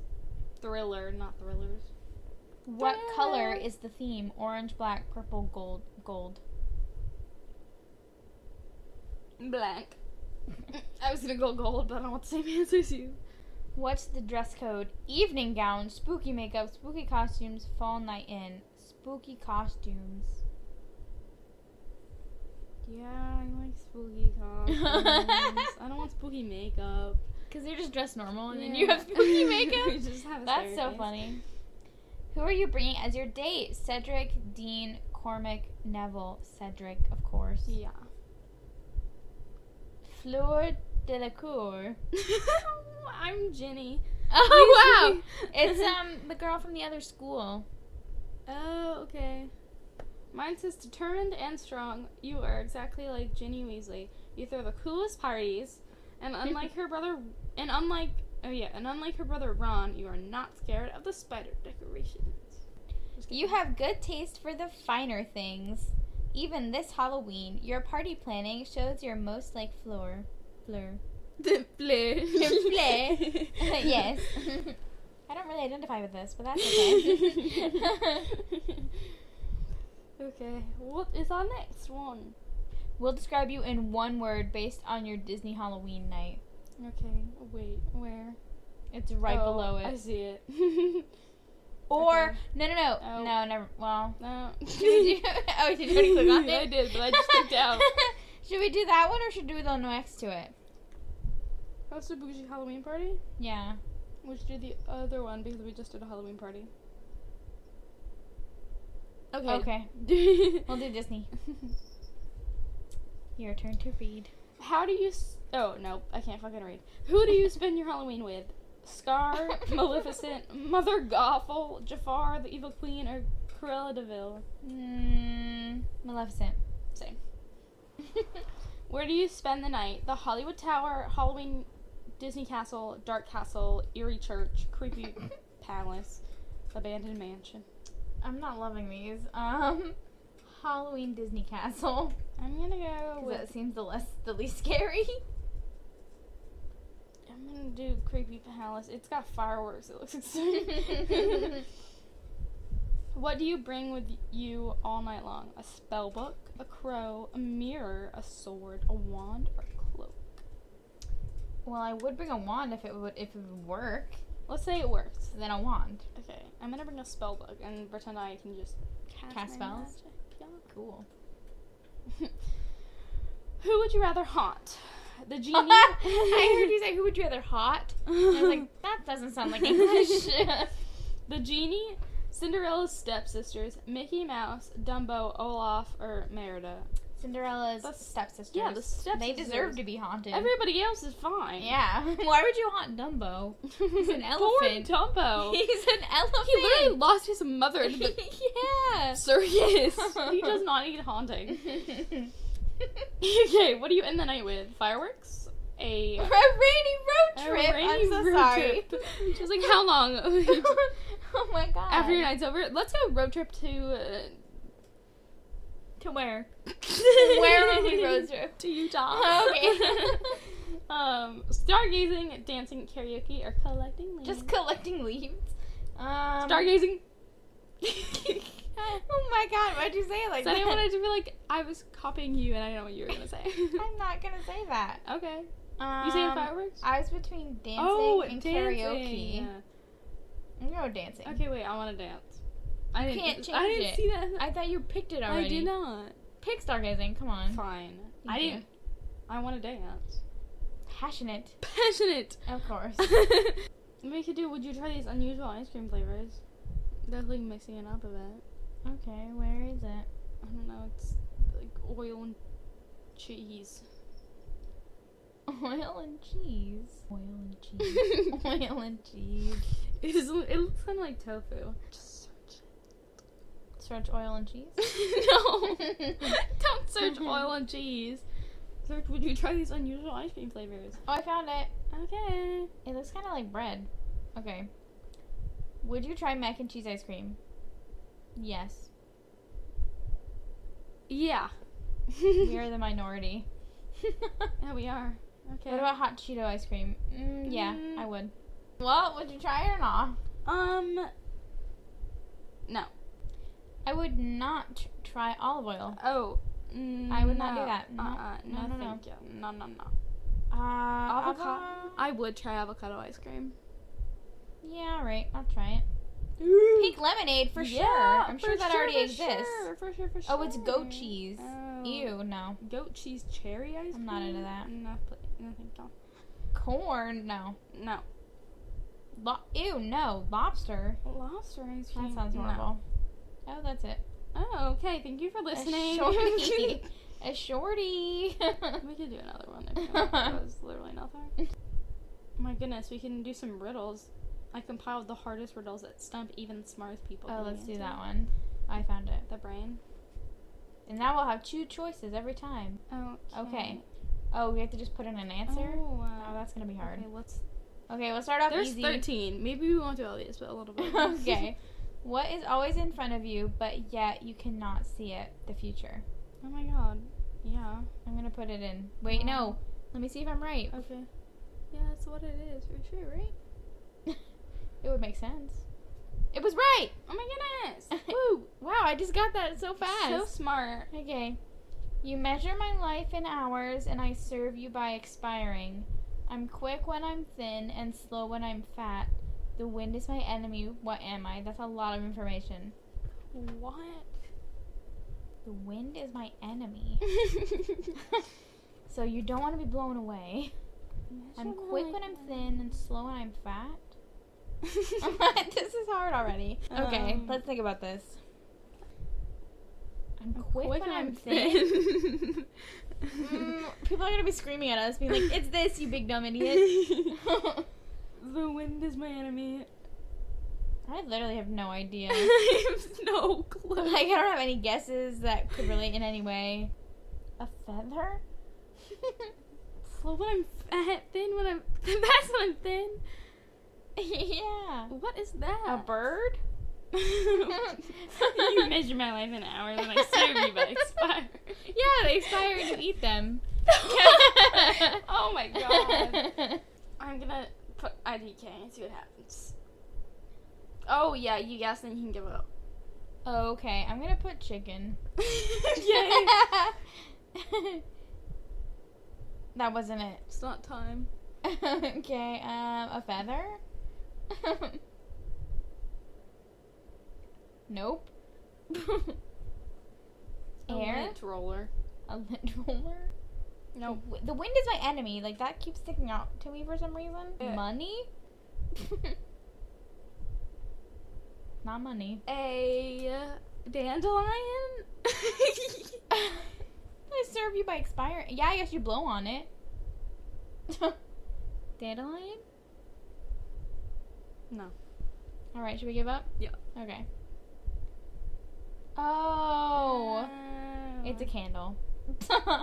[SPEAKER 1] Thriller, not thrillers.
[SPEAKER 2] What color is the theme? Orange, black, purple, gold, gold.
[SPEAKER 1] Black. I was gonna go gold, but I don't want the same <laughs> answer as you.
[SPEAKER 2] What's the dress code? Evening gown, spooky makeup, spooky costumes, fall night in, spooky costumes.
[SPEAKER 1] Yeah, I like spooky
[SPEAKER 2] <laughs>
[SPEAKER 1] costumes. I don't want spooky makeup.
[SPEAKER 2] Cause they're just dressed normal, and then
[SPEAKER 1] Yeah.
[SPEAKER 2] you have
[SPEAKER 1] <laughs> We
[SPEAKER 2] spooky makeup.
[SPEAKER 1] just have a
[SPEAKER 2] That's so
[SPEAKER 1] staircase.
[SPEAKER 2] funny. Who are you bringing as your date? Cedric, Dean, Cormac, Neville. Cedric, of course.
[SPEAKER 1] Yeah.
[SPEAKER 2] Fleur
[SPEAKER 1] <laughs>
[SPEAKER 2] Delacour.
[SPEAKER 1] <laughs> I'm Jenny.
[SPEAKER 2] <laughs> Oh wow!
[SPEAKER 1] <laughs>
[SPEAKER 2] it's um the girl from the other school.
[SPEAKER 1] Oh, okay. Mine says determined and strong. You are exactly like Ginny Weasley. You throw the coolest parties, and
[SPEAKER 2] <laughs>
[SPEAKER 1] unlike her brother, and unlike oh yeah, and unlike her brother Ron, you are not scared of the spider decorations. Just
[SPEAKER 2] You
[SPEAKER 1] kidding.
[SPEAKER 2] have good taste for the finer things. Even this Halloween, your party planning shows you're most like Fleur. Fleur.
[SPEAKER 1] <laughs> the play.
[SPEAKER 2] The
[SPEAKER 1] <laughs>
[SPEAKER 2] <laughs> yes. I don't really identify with this, but
[SPEAKER 1] <laughs>
[SPEAKER 2] that's okay.
[SPEAKER 1] okay. What is our next one?
[SPEAKER 2] we'll describe you in one word based on your Disney Halloween night.
[SPEAKER 1] Okay. Wait. Where?
[SPEAKER 2] It's right
[SPEAKER 1] Oh,
[SPEAKER 2] below
[SPEAKER 1] I
[SPEAKER 2] it.
[SPEAKER 1] see <laughs> it.
[SPEAKER 2] <laughs> Or
[SPEAKER 1] okay.
[SPEAKER 2] no, no, no,
[SPEAKER 1] Oh.
[SPEAKER 2] no, never. Well, <laughs>
[SPEAKER 1] <laughs> no.
[SPEAKER 2] Did you- <laughs> oh, did you already click on
[SPEAKER 1] <laughs>
[SPEAKER 2] it?
[SPEAKER 1] I did, but I
[SPEAKER 2] <laughs>
[SPEAKER 1] just clicked out.
[SPEAKER 2] should we do that one or should we do the one next to it?
[SPEAKER 1] Host a bougie Halloween party?
[SPEAKER 2] Yeah.
[SPEAKER 1] We should do the other one because we just did a Halloween <laughs> party. Okay.
[SPEAKER 2] Okay. We'll do Disney. Your turn to read.
[SPEAKER 1] <laughs> How do you? S- oh no, I can't fucking read. Who do you spend your Halloween with? <laughs> Scar, Maleficent, Mother Gothel, Jafar, the Evil Queen, or Cruella Deville?
[SPEAKER 2] Mm, Maleficent.
[SPEAKER 1] Same. Where do you spend the night? The Hollywood Tower, Halloween, Disney Castle, Dark Castle, Eerie Church, <laughs> Creepy Palace, Abandoned Mansion.
[SPEAKER 2] <laughs> I'm not loving these. Um, Halloween Disney
[SPEAKER 1] <laughs>
[SPEAKER 2] Castle.
[SPEAKER 1] I'm gonna go
[SPEAKER 2] 'Cause
[SPEAKER 1] with
[SPEAKER 2] that seems the less, the least scary.
[SPEAKER 1] I'm gonna do Creepy Palace. It's got fireworks. It looks <laughs> exciting. what do you bring with you all night long? A spell book, a crow, a mirror, a sword, a wand, or a cloak?
[SPEAKER 2] well, I would bring a wand if it would if it would work.
[SPEAKER 1] Let's say it works.
[SPEAKER 2] Then a wand.
[SPEAKER 1] Okay, I'm gonna bring a spell book and pretend I can just cast,
[SPEAKER 2] Cast
[SPEAKER 1] my
[SPEAKER 2] spells?
[SPEAKER 1] magic.
[SPEAKER 2] Cool.
[SPEAKER 1] Yeah. Who would you rather haunt?
[SPEAKER 2] <laughs>
[SPEAKER 1] The genie.
[SPEAKER 2] <laughs> I
[SPEAKER 1] <laughs>
[SPEAKER 2] heard you say, "Who would you rather hot?" I was <laughs> like, "That doesn't sound like English."
[SPEAKER 1] <laughs> The Genie, Cinderella's stepsisters, Mickey Mouse, Dumbo, Olaf, or Merida.
[SPEAKER 2] Cinderella's
[SPEAKER 1] The-
[SPEAKER 2] stepsisters.
[SPEAKER 1] yeah, the
[SPEAKER 2] They
[SPEAKER 1] stepsisters.
[SPEAKER 2] deserve to be haunted.
[SPEAKER 1] Everybody else is fine. <laughs>
[SPEAKER 2] yeah. <laughs> Why would you haunt Dumbo?
[SPEAKER 1] He's
[SPEAKER 2] an elephant.
[SPEAKER 1] Poor Dumbo. he
[SPEAKER 2] <laughs> He's an elephant.
[SPEAKER 1] literally lost his mother to the
[SPEAKER 2] <laughs> yeah. <laughs>
[SPEAKER 1] circus. he does not need haunting. <laughs> okay, what do you end the night with? Fireworks? A,
[SPEAKER 2] <laughs> a rainy road
[SPEAKER 1] a
[SPEAKER 2] trip.
[SPEAKER 1] rainy
[SPEAKER 2] I'm so
[SPEAKER 1] road
[SPEAKER 2] sorry. <laughs>
[SPEAKER 1] trip. She's like, how long? <laughs>
[SPEAKER 2] oh my god.
[SPEAKER 1] After your night's over, let's go road trip to.
[SPEAKER 2] to where?
[SPEAKER 1] Uh,
[SPEAKER 2] <laughs> <laughs> Where would we <laughs> road trip?
[SPEAKER 1] To Utah.
[SPEAKER 2] Oh, <laughs> okay.
[SPEAKER 1] <laughs> Um, stargazing, dancing, karaoke, or collecting leaves.
[SPEAKER 2] Just collecting leaves. Um,
[SPEAKER 1] <laughs> stargazing.
[SPEAKER 2] <laughs>
[SPEAKER 1] <laughs>
[SPEAKER 2] Oh my god, why'd you say it like
[SPEAKER 1] so
[SPEAKER 2] that?
[SPEAKER 1] I wanted to be like I was copying you, and I know what you were gonna
[SPEAKER 2] <laughs>
[SPEAKER 1] say. <laughs>
[SPEAKER 2] I'm not gonna say that.
[SPEAKER 1] okay,
[SPEAKER 2] Um,
[SPEAKER 1] you saying fireworks?
[SPEAKER 2] I was between dancing
[SPEAKER 1] oh,
[SPEAKER 2] and
[SPEAKER 1] dancing.
[SPEAKER 2] karaoke. I'm gonna go dancing.
[SPEAKER 1] Okay, wait, I want to dance. I didn't.
[SPEAKER 2] can't
[SPEAKER 1] I
[SPEAKER 2] change
[SPEAKER 1] didn't
[SPEAKER 2] it.
[SPEAKER 1] see that.
[SPEAKER 2] I thought you picked it
[SPEAKER 1] I
[SPEAKER 2] already.
[SPEAKER 1] did not.
[SPEAKER 2] Pick stargazing, come on.
[SPEAKER 1] Fine. I
[SPEAKER 2] You do.
[SPEAKER 1] didn't. I want to dance.
[SPEAKER 2] Passionate,
[SPEAKER 1] Passionate. <laughs>
[SPEAKER 2] of course.
[SPEAKER 1] we could do. Would you try these unusual ice cream flavors? Definitely mixing it up a bit.
[SPEAKER 2] okay, where is it?
[SPEAKER 1] I don't know, it's like oil and cheese. <laughs>
[SPEAKER 2] Oil and cheese. Oil and <laughs> cheese. Oil and cheese.
[SPEAKER 1] it, is, it looks kind of like tofu. Just search
[SPEAKER 2] Search oil and cheese.
[SPEAKER 1] it. <laughs> no! <laughs> Don't search oil and cheese. Search, would you try these unusual ice cream flavors?
[SPEAKER 2] Oh, I found it.
[SPEAKER 1] Okay.
[SPEAKER 2] It looks kind of like bread. Okay. Would you try mac and cheese ice cream? Yes.
[SPEAKER 1] Yeah. <laughs>
[SPEAKER 2] We are the minority. <laughs>
[SPEAKER 1] yeah, we are. Okay.
[SPEAKER 2] What about hot Cheeto ice cream? Mm, yeah,
[SPEAKER 1] Mm.
[SPEAKER 2] I would. Well, would you try it or not?
[SPEAKER 1] um, No.
[SPEAKER 2] I would not tr- try olive oil.
[SPEAKER 1] Oh. n-
[SPEAKER 2] I would not do
[SPEAKER 1] no.
[SPEAKER 2] that. No,
[SPEAKER 1] Uh-uh.
[SPEAKER 2] no, no, no.
[SPEAKER 1] thank you. No, no, no.
[SPEAKER 2] Uh,
[SPEAKER 1] Avocado. I would try avocado ice cream.
[SPEAKER 2] Yeah, right. I'll try it. Pink lemonade for sure.
[SPEAKER 1] Yeah,
[SPEAKER 2] I'm
[SPEAKER 1] for
[SPEAKER 2] sure that already
[SPEAKER 1] for
[SPEAKER 2] exists.
[SPEAKER 1] sure, for sure, for
[SPEAKER 2] Oh, it's
[SPEAKER 1] sure.
[SPEAKER 2] goat cheese.
[SPEAKER 1] Oh.
[SPEAKER 2] Ew, no.
[SPEAKER 1] Goat cheese cherry ice cream?
[SPEAKER 2] I'm not into that.
[SPEAKER 1] No, pl- no, thank you.
[SPEAKER 2] Corn, no.
[SPEAKER 1] No.
[SPEAKER 2] Lo- Ew, no. Lobster.
[SPEAKER 1] Lobster ice cream?
[SPEAKER 2] That sounds
[SPEAKER 1] No.
[SPEAKER 2] horrible. Oh, that's it.
[SPEAKER 1] Oh, okay. Thank you for <laughs> listening.
[SPEAKER 2] <laughs> shorty. A shorty. <laughs>
[SPEAKER 1] we could do another one next time. That was literally
[SPEAKER 2] <laughs>
[SPEAKER 1] nothing. My goodness, we can do some riddles. I compiled the hardest riddles that stump even the smartest people.
[SPEAKER 2] oh,
[SPEAKER 1] can
[SPEAKER 2] let's do
[SPEAKER 1] answer.
[SPEAKER 2] that one. I found it.
[SPEAKER 1] The brain.
[SPEAKER 2] And now we'll have two choices every time.
[SPEAKER 1] Oh.
[SPEAKER 2] Okay. Oh, we have to just put in an answer?
[SPEAKER 1] Oh,
[SPEAKER 2] Oh, that's gonna be hard.
[SPEAKER 1] Okay, let's.
[SPEAKER 2] Okay, we'll start off
[SPEAKER 1] There's
[SPEAKER 2] easy.
[SPEAKER 1] 13. Maybe we won't do all these, but a little bit.
[SPEAKER 2] <laughs> okay. What is always in front of you, but yet you cannot see it? The future.
[SPEAKER 1] <laughs> oh my god. Yeah.
[SPEAKER 2] I'm gonna put it in. Wait, no. Let me see if I'm right.
[SPEAKER 1] Okay. Yeah, that's what it is for sure, right?
[SPEAKER 2] <laughs> It would make sense. It was right. <laughs>
[SPEAKER 1] Oh my goodness! Woo!
[SPEAKER 2] Wow, I just got that
[SPEAKER 1] So
[SPEAKER 2] so fast.
[SPEAKER 1] smart.
[SPEAKER 2] okay. You measure my life in hours, and I serve you by expiring. I'm quick when I'm thin, and slow when I'm fat. The wind is my enemy. What am I? That's a lot of information.
[SPEAKER 1] What? <laughs>
[SPEAKER 2] The wind is my <laughs> enemy. so you don't want to be blown away. I'm quick when I'm
[SPEAKER 1] <laughs>
[SPEAKER 2] thin and slow when I'm <laughs> fat. this is hard already. Okay,
[SPEAKER 1] Um,
[SPEAKER 2] let's think about this. I'm,
[SPEAKER 1] I'm
[SPEAKER 2] quick, when, I'm thin. <laughs> Mm, people are gonna be screaming at us, being like, "It's this, you big dumb idiot!" <laughs>
[SPEAKER 1] the wind is my enemy.
[SPEAKER 2] I literally have no <laughs> idea.
[SPEAKER 1] <laughs> I have no clue.
[SPEAKER 2] like, I don't have any guesses that could relate in any way. A feather? <laughs>
[SPEAKER 1] slow when I'm fat, thin when I'm <laughs> fast when I'm thin.
[SPEAKER 2] yeah.
[SPEAKER 1] What is that? <laughs>
[SPEAKER 2] A bird? <laughs>
[SPEAKER 1] you measure my life in hours and I serve <laughs> you by expire.
[SPEAKER 2] Yeah, they expire and you eat <laughs> them.
[SPEAKER 1] oh my god. I'm gonna put IDK and see what happens. Oh yeah, you guess and you can give <laughs> it up.
[SPEAKER 2] <laughs> okay, I'm gonna put chicken.
[SPEAKER 1] Yay!
[SPEAKER 2] <laughs> that wasn't it. <laughs>
[SPEAKER 1] it's not time.
[SPEAKER 2] okay, um, a feather? <laughs> nope.
[SPEAKER 1] A
[SPEAKER 2] Air?
[SPEAKER 1] lint roller.
[SPEAKER 2] A lint roller?
[SPEAKER 1] No.
[SPEAKER 2] W- The wind is my enemy. Like, that keeps sticking out to me for some reason.
[SPEAKER 1] Yeah.
[SPEAKER 2] Money? <laughs> Not money.
[SPEAKER 1] A <laughs> dandelion?
[SPEAKER 2] <laughs> I serve you by expiring. Yeah, I guess you blow on it. <laughs> Dandelion?
[SPEAKER 1] No.
[SPEAKER 2] Alright, should we give up?
[SPEAKER 1] Yeah.
[SPEAKER 2] Okay. Oh. It's a
[SPEAKER 1] can-
[SPEAKER 2] candle.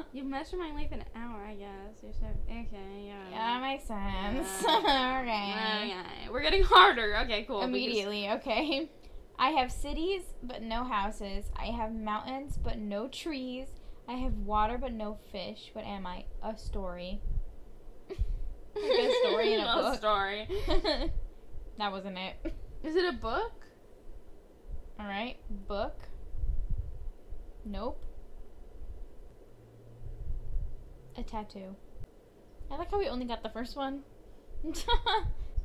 [SPEAKER 2] <laughs>
[SPEAKER 1] you measure my life in an hour, I guess. You're so okay. Yeah.
[SPEAKER 2] yeah, that makes sense.
[SPEAKER 1] Yeah.
[SPEAKER 2] <laughs> okay.
[SPEAKER 1] Okay. We're getting harder. Okay, cool. because- <laughs>
[SPEAKER 2] Immediately, okay. <laughs> I have cities, but no houses. I have mountains, but no trees. I have water, but no fish. What am I? A story. <laughs> Like a
[SPEAKER 1] <laughs>
[SPEAKER 2] story in a book.
[SPEAKER 1] story.
[SPEAKER 2] <laughs> that wasn't it. <laughs>
[SPEAKER 1] Is it a book?
[SPEAKER 2] Alright. Book. Nope. A tattoo. I like how we only got the first one. <laughs>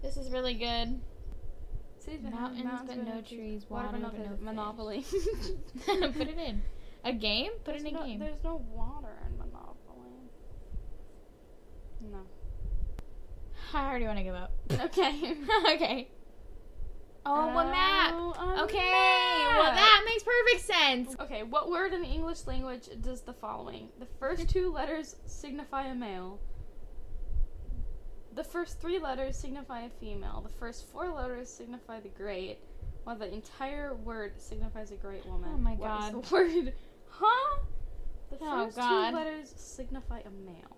[SPEAKER 2] this is really good. <laughs>
[SPEAKER 1] Cities but no-
[SPEAKER 2] Mountains, but no trees. Water,
[SPEAKER 1] Water,
[SPEAKER 2] but no fish. <laughs>
[SPEAKER 1] Monopoly.
[SPEAKER 2] Put it in. A game? Put
[SPEAKER 1] There's
[SPEAKER 2] it in
[SPEAKER 1] no,
[SPEAKER 2] a game.
[SPEAKER 1] There's no water in Monopoly. No.
[SPEAKER 2] I already want to give up. <laughs>
[SPEAKER 1] Okay.
[SPEAKER 2] okay. Oh, a map.
[SPEAKER 1] a
[SPEAKER 2] Okay.
[SPEAKER 1] map.
[SPEAKER 2] Well, that makes perfect sense.
[SPEAKER 1] Okay, what word in the English language does the following? The first two letters signify a male. The first three letters signify a female. The first four letters signify the great, while the entire word signifies a great woman.
[SPEAKER 2] Oh my
[SPEAKER 1] What
[SPEAKER 2] God.
[SPEAKER 1] is the word? Huh? The
[SPEAKER 2] Oh
[SPEAKER 1] first
[SPEAKER 2] God.
[SPEAKER 1] two letters signify a male.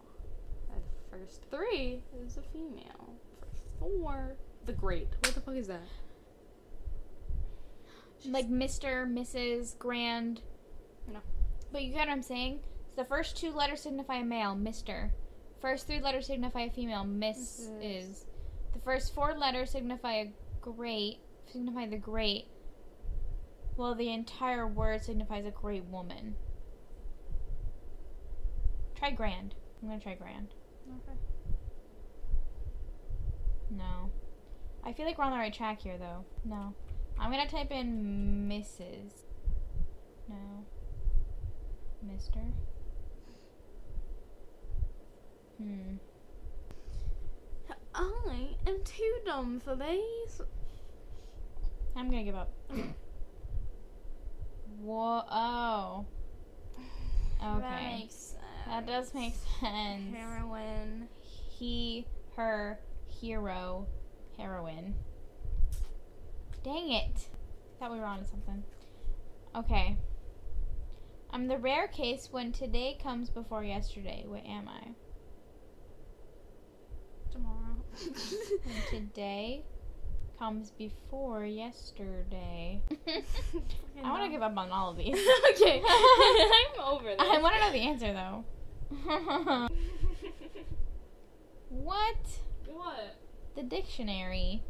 [SPEAKER 1] And the first three is a female. First four, the great. What the fuck is that?
[SPEAKER 2] Like Mr., Mrs., Grand.
[SPEAKER 1] No.
[SPEAKER 2] But you get what I'm saying? So the first two letters signify a male, Mr. First three letters signify a female, Miss
[SPEAKER 1] Mrs.
[SPEAKER 2] is. The first four letters signify a great, signify the great. Well, the entire word signifies a great woman. Try grand. I'm gonna try grand.
[SPEAKER 1] Okay.
[SPEAKER 2] No. I feel like we're on the right track here, though. No. I'm gonna type in Mrs. No. Mister. Hmm.
[SPEAKER 1] I am too dumb for these.
[SPEAKER 2] I'm gonna give up. Whoa. Oh.
[SPEAKER 1] That
[SPEAKER 2] Okay.
[SPEAKER 1] makes sense.
[SPEAKER 2] That does make sense.
[SPEAKER 1] Heroin.
[SPEAKER 2] He, her, hero, heroine. Dang it. Thought we were on to something. Okay. I'm the rare case when today comes before yesterday. What am I?
[SPEAKER 1] Tomorrow.
[SPEAKER 2] When today comes before yesterday. I
[SPEAKER 1] <laughs>
[SPEAKER 2] want to give up on all of these. <laughs>
[SPEAKER 1] okay. <laughs> I'm over this.
[SPEAKER 2] I want to know the answer though. <laughs> what?
[SPEAKER 1] <laughs> what?
[SPEAKER 2] The dictionary.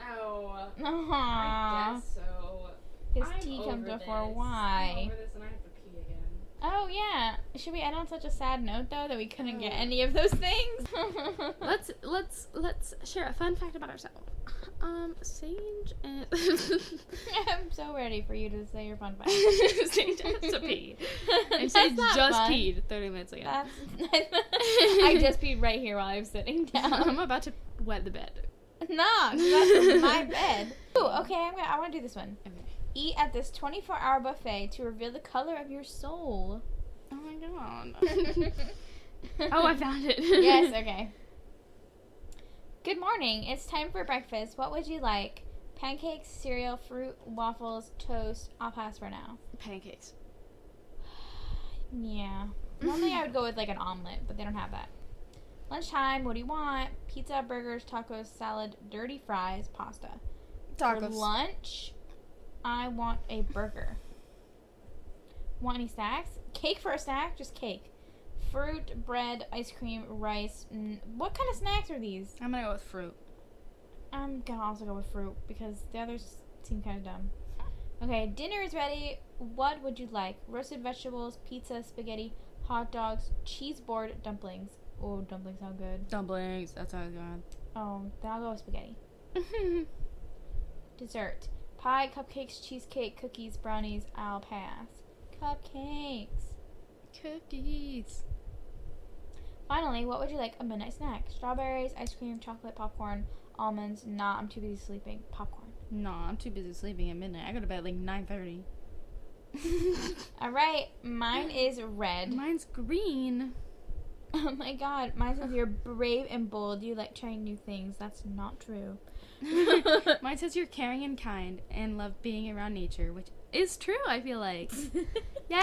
[SPEAKER 1] Ow. I
[SPEAKER 2] Aww.
[SPEAKER 1] guess so.
[SPEAKER 2] This
[SPEAKER 1] I'm
[SPEAKER 2] T
[SPEAKER 1] over
[SPEAKER 2] comes before
[SPEAKER 1] this.
[SPEAKER 2] Y.
[SPEAKER 1] I'm over this and I have to pee again.
[SPEAKER 2] Oh yeah. Should we end on such a sad note though that we couldn't get
[SPEAKER 1] Oh.
[SPEAKER 2] any of those things? <laughs>
[SPEAKER 1] Let's let's let's share a fun fact about ourselves. <laughs> Um, Sage and <laughs>
[SPEAKER 2] I'm so ready for you to say your fun fact.
[SPEAKER 1] <laughs> Sage has to
[SPEAKER 2] <laughs>
[SPEAKER 1] pee. And Sage
[SPEAKER 2] not
[SPEAKER 1] just
[SPEAKER 2] fun.
[SPEAKER 1] peed 30 minutes ago. <laughs>
[SPEAKER 2] That's I just peed right here while I was sitting
[SPEAKER 1] I'm <laughs>
[SPEAKER 2] down.
[SPEAKER 1] about to wet the <laughs> bed.
[SPEAKER 2] <laughs> no,
[SPEAKER 1] <laughs>
[SPEAKER 2] that's my bed. Ooh, okay, I'm gonna, I want to do this one.
[SPEAKER 1] Okay.
[SPEAKER 2] Eat at this 24-hour buffet to reveal the color of your soul.
[SPEAKER 1] <laughs> Oh my god. <laughs> <laughs> oh,
[SPEAKER 2] oh,
[SPEAKER 1] I found <laughs> it.
[SPEAKER 2] yes, okay. Good morning. It's time for breakfast. What would you like? Pancakes, cereal, fruit, waffles, toast. I'll pass for now.
[SPEAKER 1] Pancakes.
[SPEAKER 2] <sighs> Yeah. Normally I would go with like an omelet, but they don't have that. Lunchtime, what do you want? Pizza, burgers, tacos, salad, dirty fries, pasta. For lunch, I want a burger. Want any snacks? Cake for a snack? Just cake. Fruit, bread, ice cream, rice. N- what kind of snacks are these?
[SPEAKER 1] I'm gonna go with fruit.
[SPEAKER 2] I'm gonna also go with fruit because the others seem kind of dumb. Okay, dinner is ready. What would you like? Roasted vegetables, pizza, spaghetti, hot dogs, cheese board, dumplings. Oh, dumplings sound good.
[SPEAKER 1] Dumplings. That's how I was going.
[SPEAKER 2] Oh, then I'll go with spaghetti. Dessert: pie, cupcakes, cheesecake, cookies, brownies. I'll pass. Cupcakes.
[SPEAKER 1] Cookies.
[SPEAKER 2] Finally, what would you like? A midnight snack: strawberries, ice cream, chocolate, popcorn, almonds. Nah, I'm too busy sleeping. Popcorn.
[SPEAKER 1] No, I'm too busy sleeping at midnight. I go to bed at like <laughs> 9:30.
[SPEAKER 2] All right, mine is red.
[SPEAKER 1] Mine's green.
[SPEAKER 2] <laughs> Oh my god, mine says you're brave and bold. You like trying new things. That's not true. <laughs>
[SPEAKER 1] Mine says you're caring and kind and love being around nature, which is true. I feel
[SPEAKER 2] <laughs>
[SPEAKER 1] like. Yay!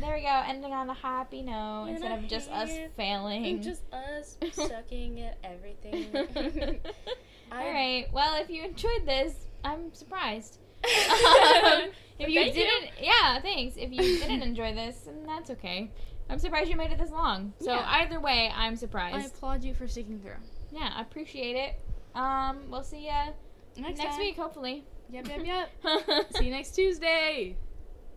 [SPEAKER 2] There we go, ending on a happy note
[SPEAKER 1] And
[SPEAKER 2] instead
[SPEAKER 1] I
[SPEAKER 2] of just us
[SPEAKER 1] hate
[SPEAKER 2] failing.
[SPEAKER 1] us
[SPEAKER 2] sucking
[SPEAKER 1] at everything. <laughs>
[SPEAKER 2] All right. Well, if you enjoyed this,
[SPEAKER 1] <laughs>
[SPEAKER 2] I'm surprised. <laughs>
[SPEAKER 1] Alright.
[SPEAKER 2] If you
[SPEAKER 1] Thank you.
[SPEAKER 2] didn't, yeah, thanks. If you didn't enjoy this, then that's okay. I'm surprised you made it this long. So
[SPEAKER 1] Yeah.
[SPEAKER 2] either way, I'm
[SPEAKER 1] I
[SPEAKER 2] surprised.
[SPEAKER 1] applaud you for sticking through.
[SPEAKER 2] yeah, I appreciate it. Um, we'll see ya next,
[SPEAKER 1] time.
[SPEAKER 2] week, hopefully.
[SPEAKER 1] Yep, yep, yep. See
[SPEAKER 2] <laughs>
[SPEAKER 1] you next Tuesday.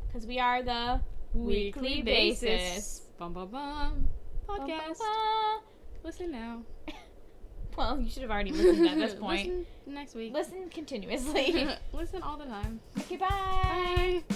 [SPEAKER 2] Because we are the <laughs> Weekly basis.
[SPEAKER 1] Bum bum bum.
[SPEAKER 2] Ba, ba,
[SPEAKER 1] Podcast.
[SPEAKER 2] ba.
[SPEAKER 1] Listen now.
[SPEAKER 2] Well, you should have already listened
[SPEAKER 1] <laughs>
[SPEAKER 2] at this point. <laughs>
[SPEAKER 1] Listen next week.
[SPEAKER 2] Listen continuously.
[SPEAKER 1] Listen all the time.
[SPEAKER 2] okay, bye.
[SPEAKER 1] Bye.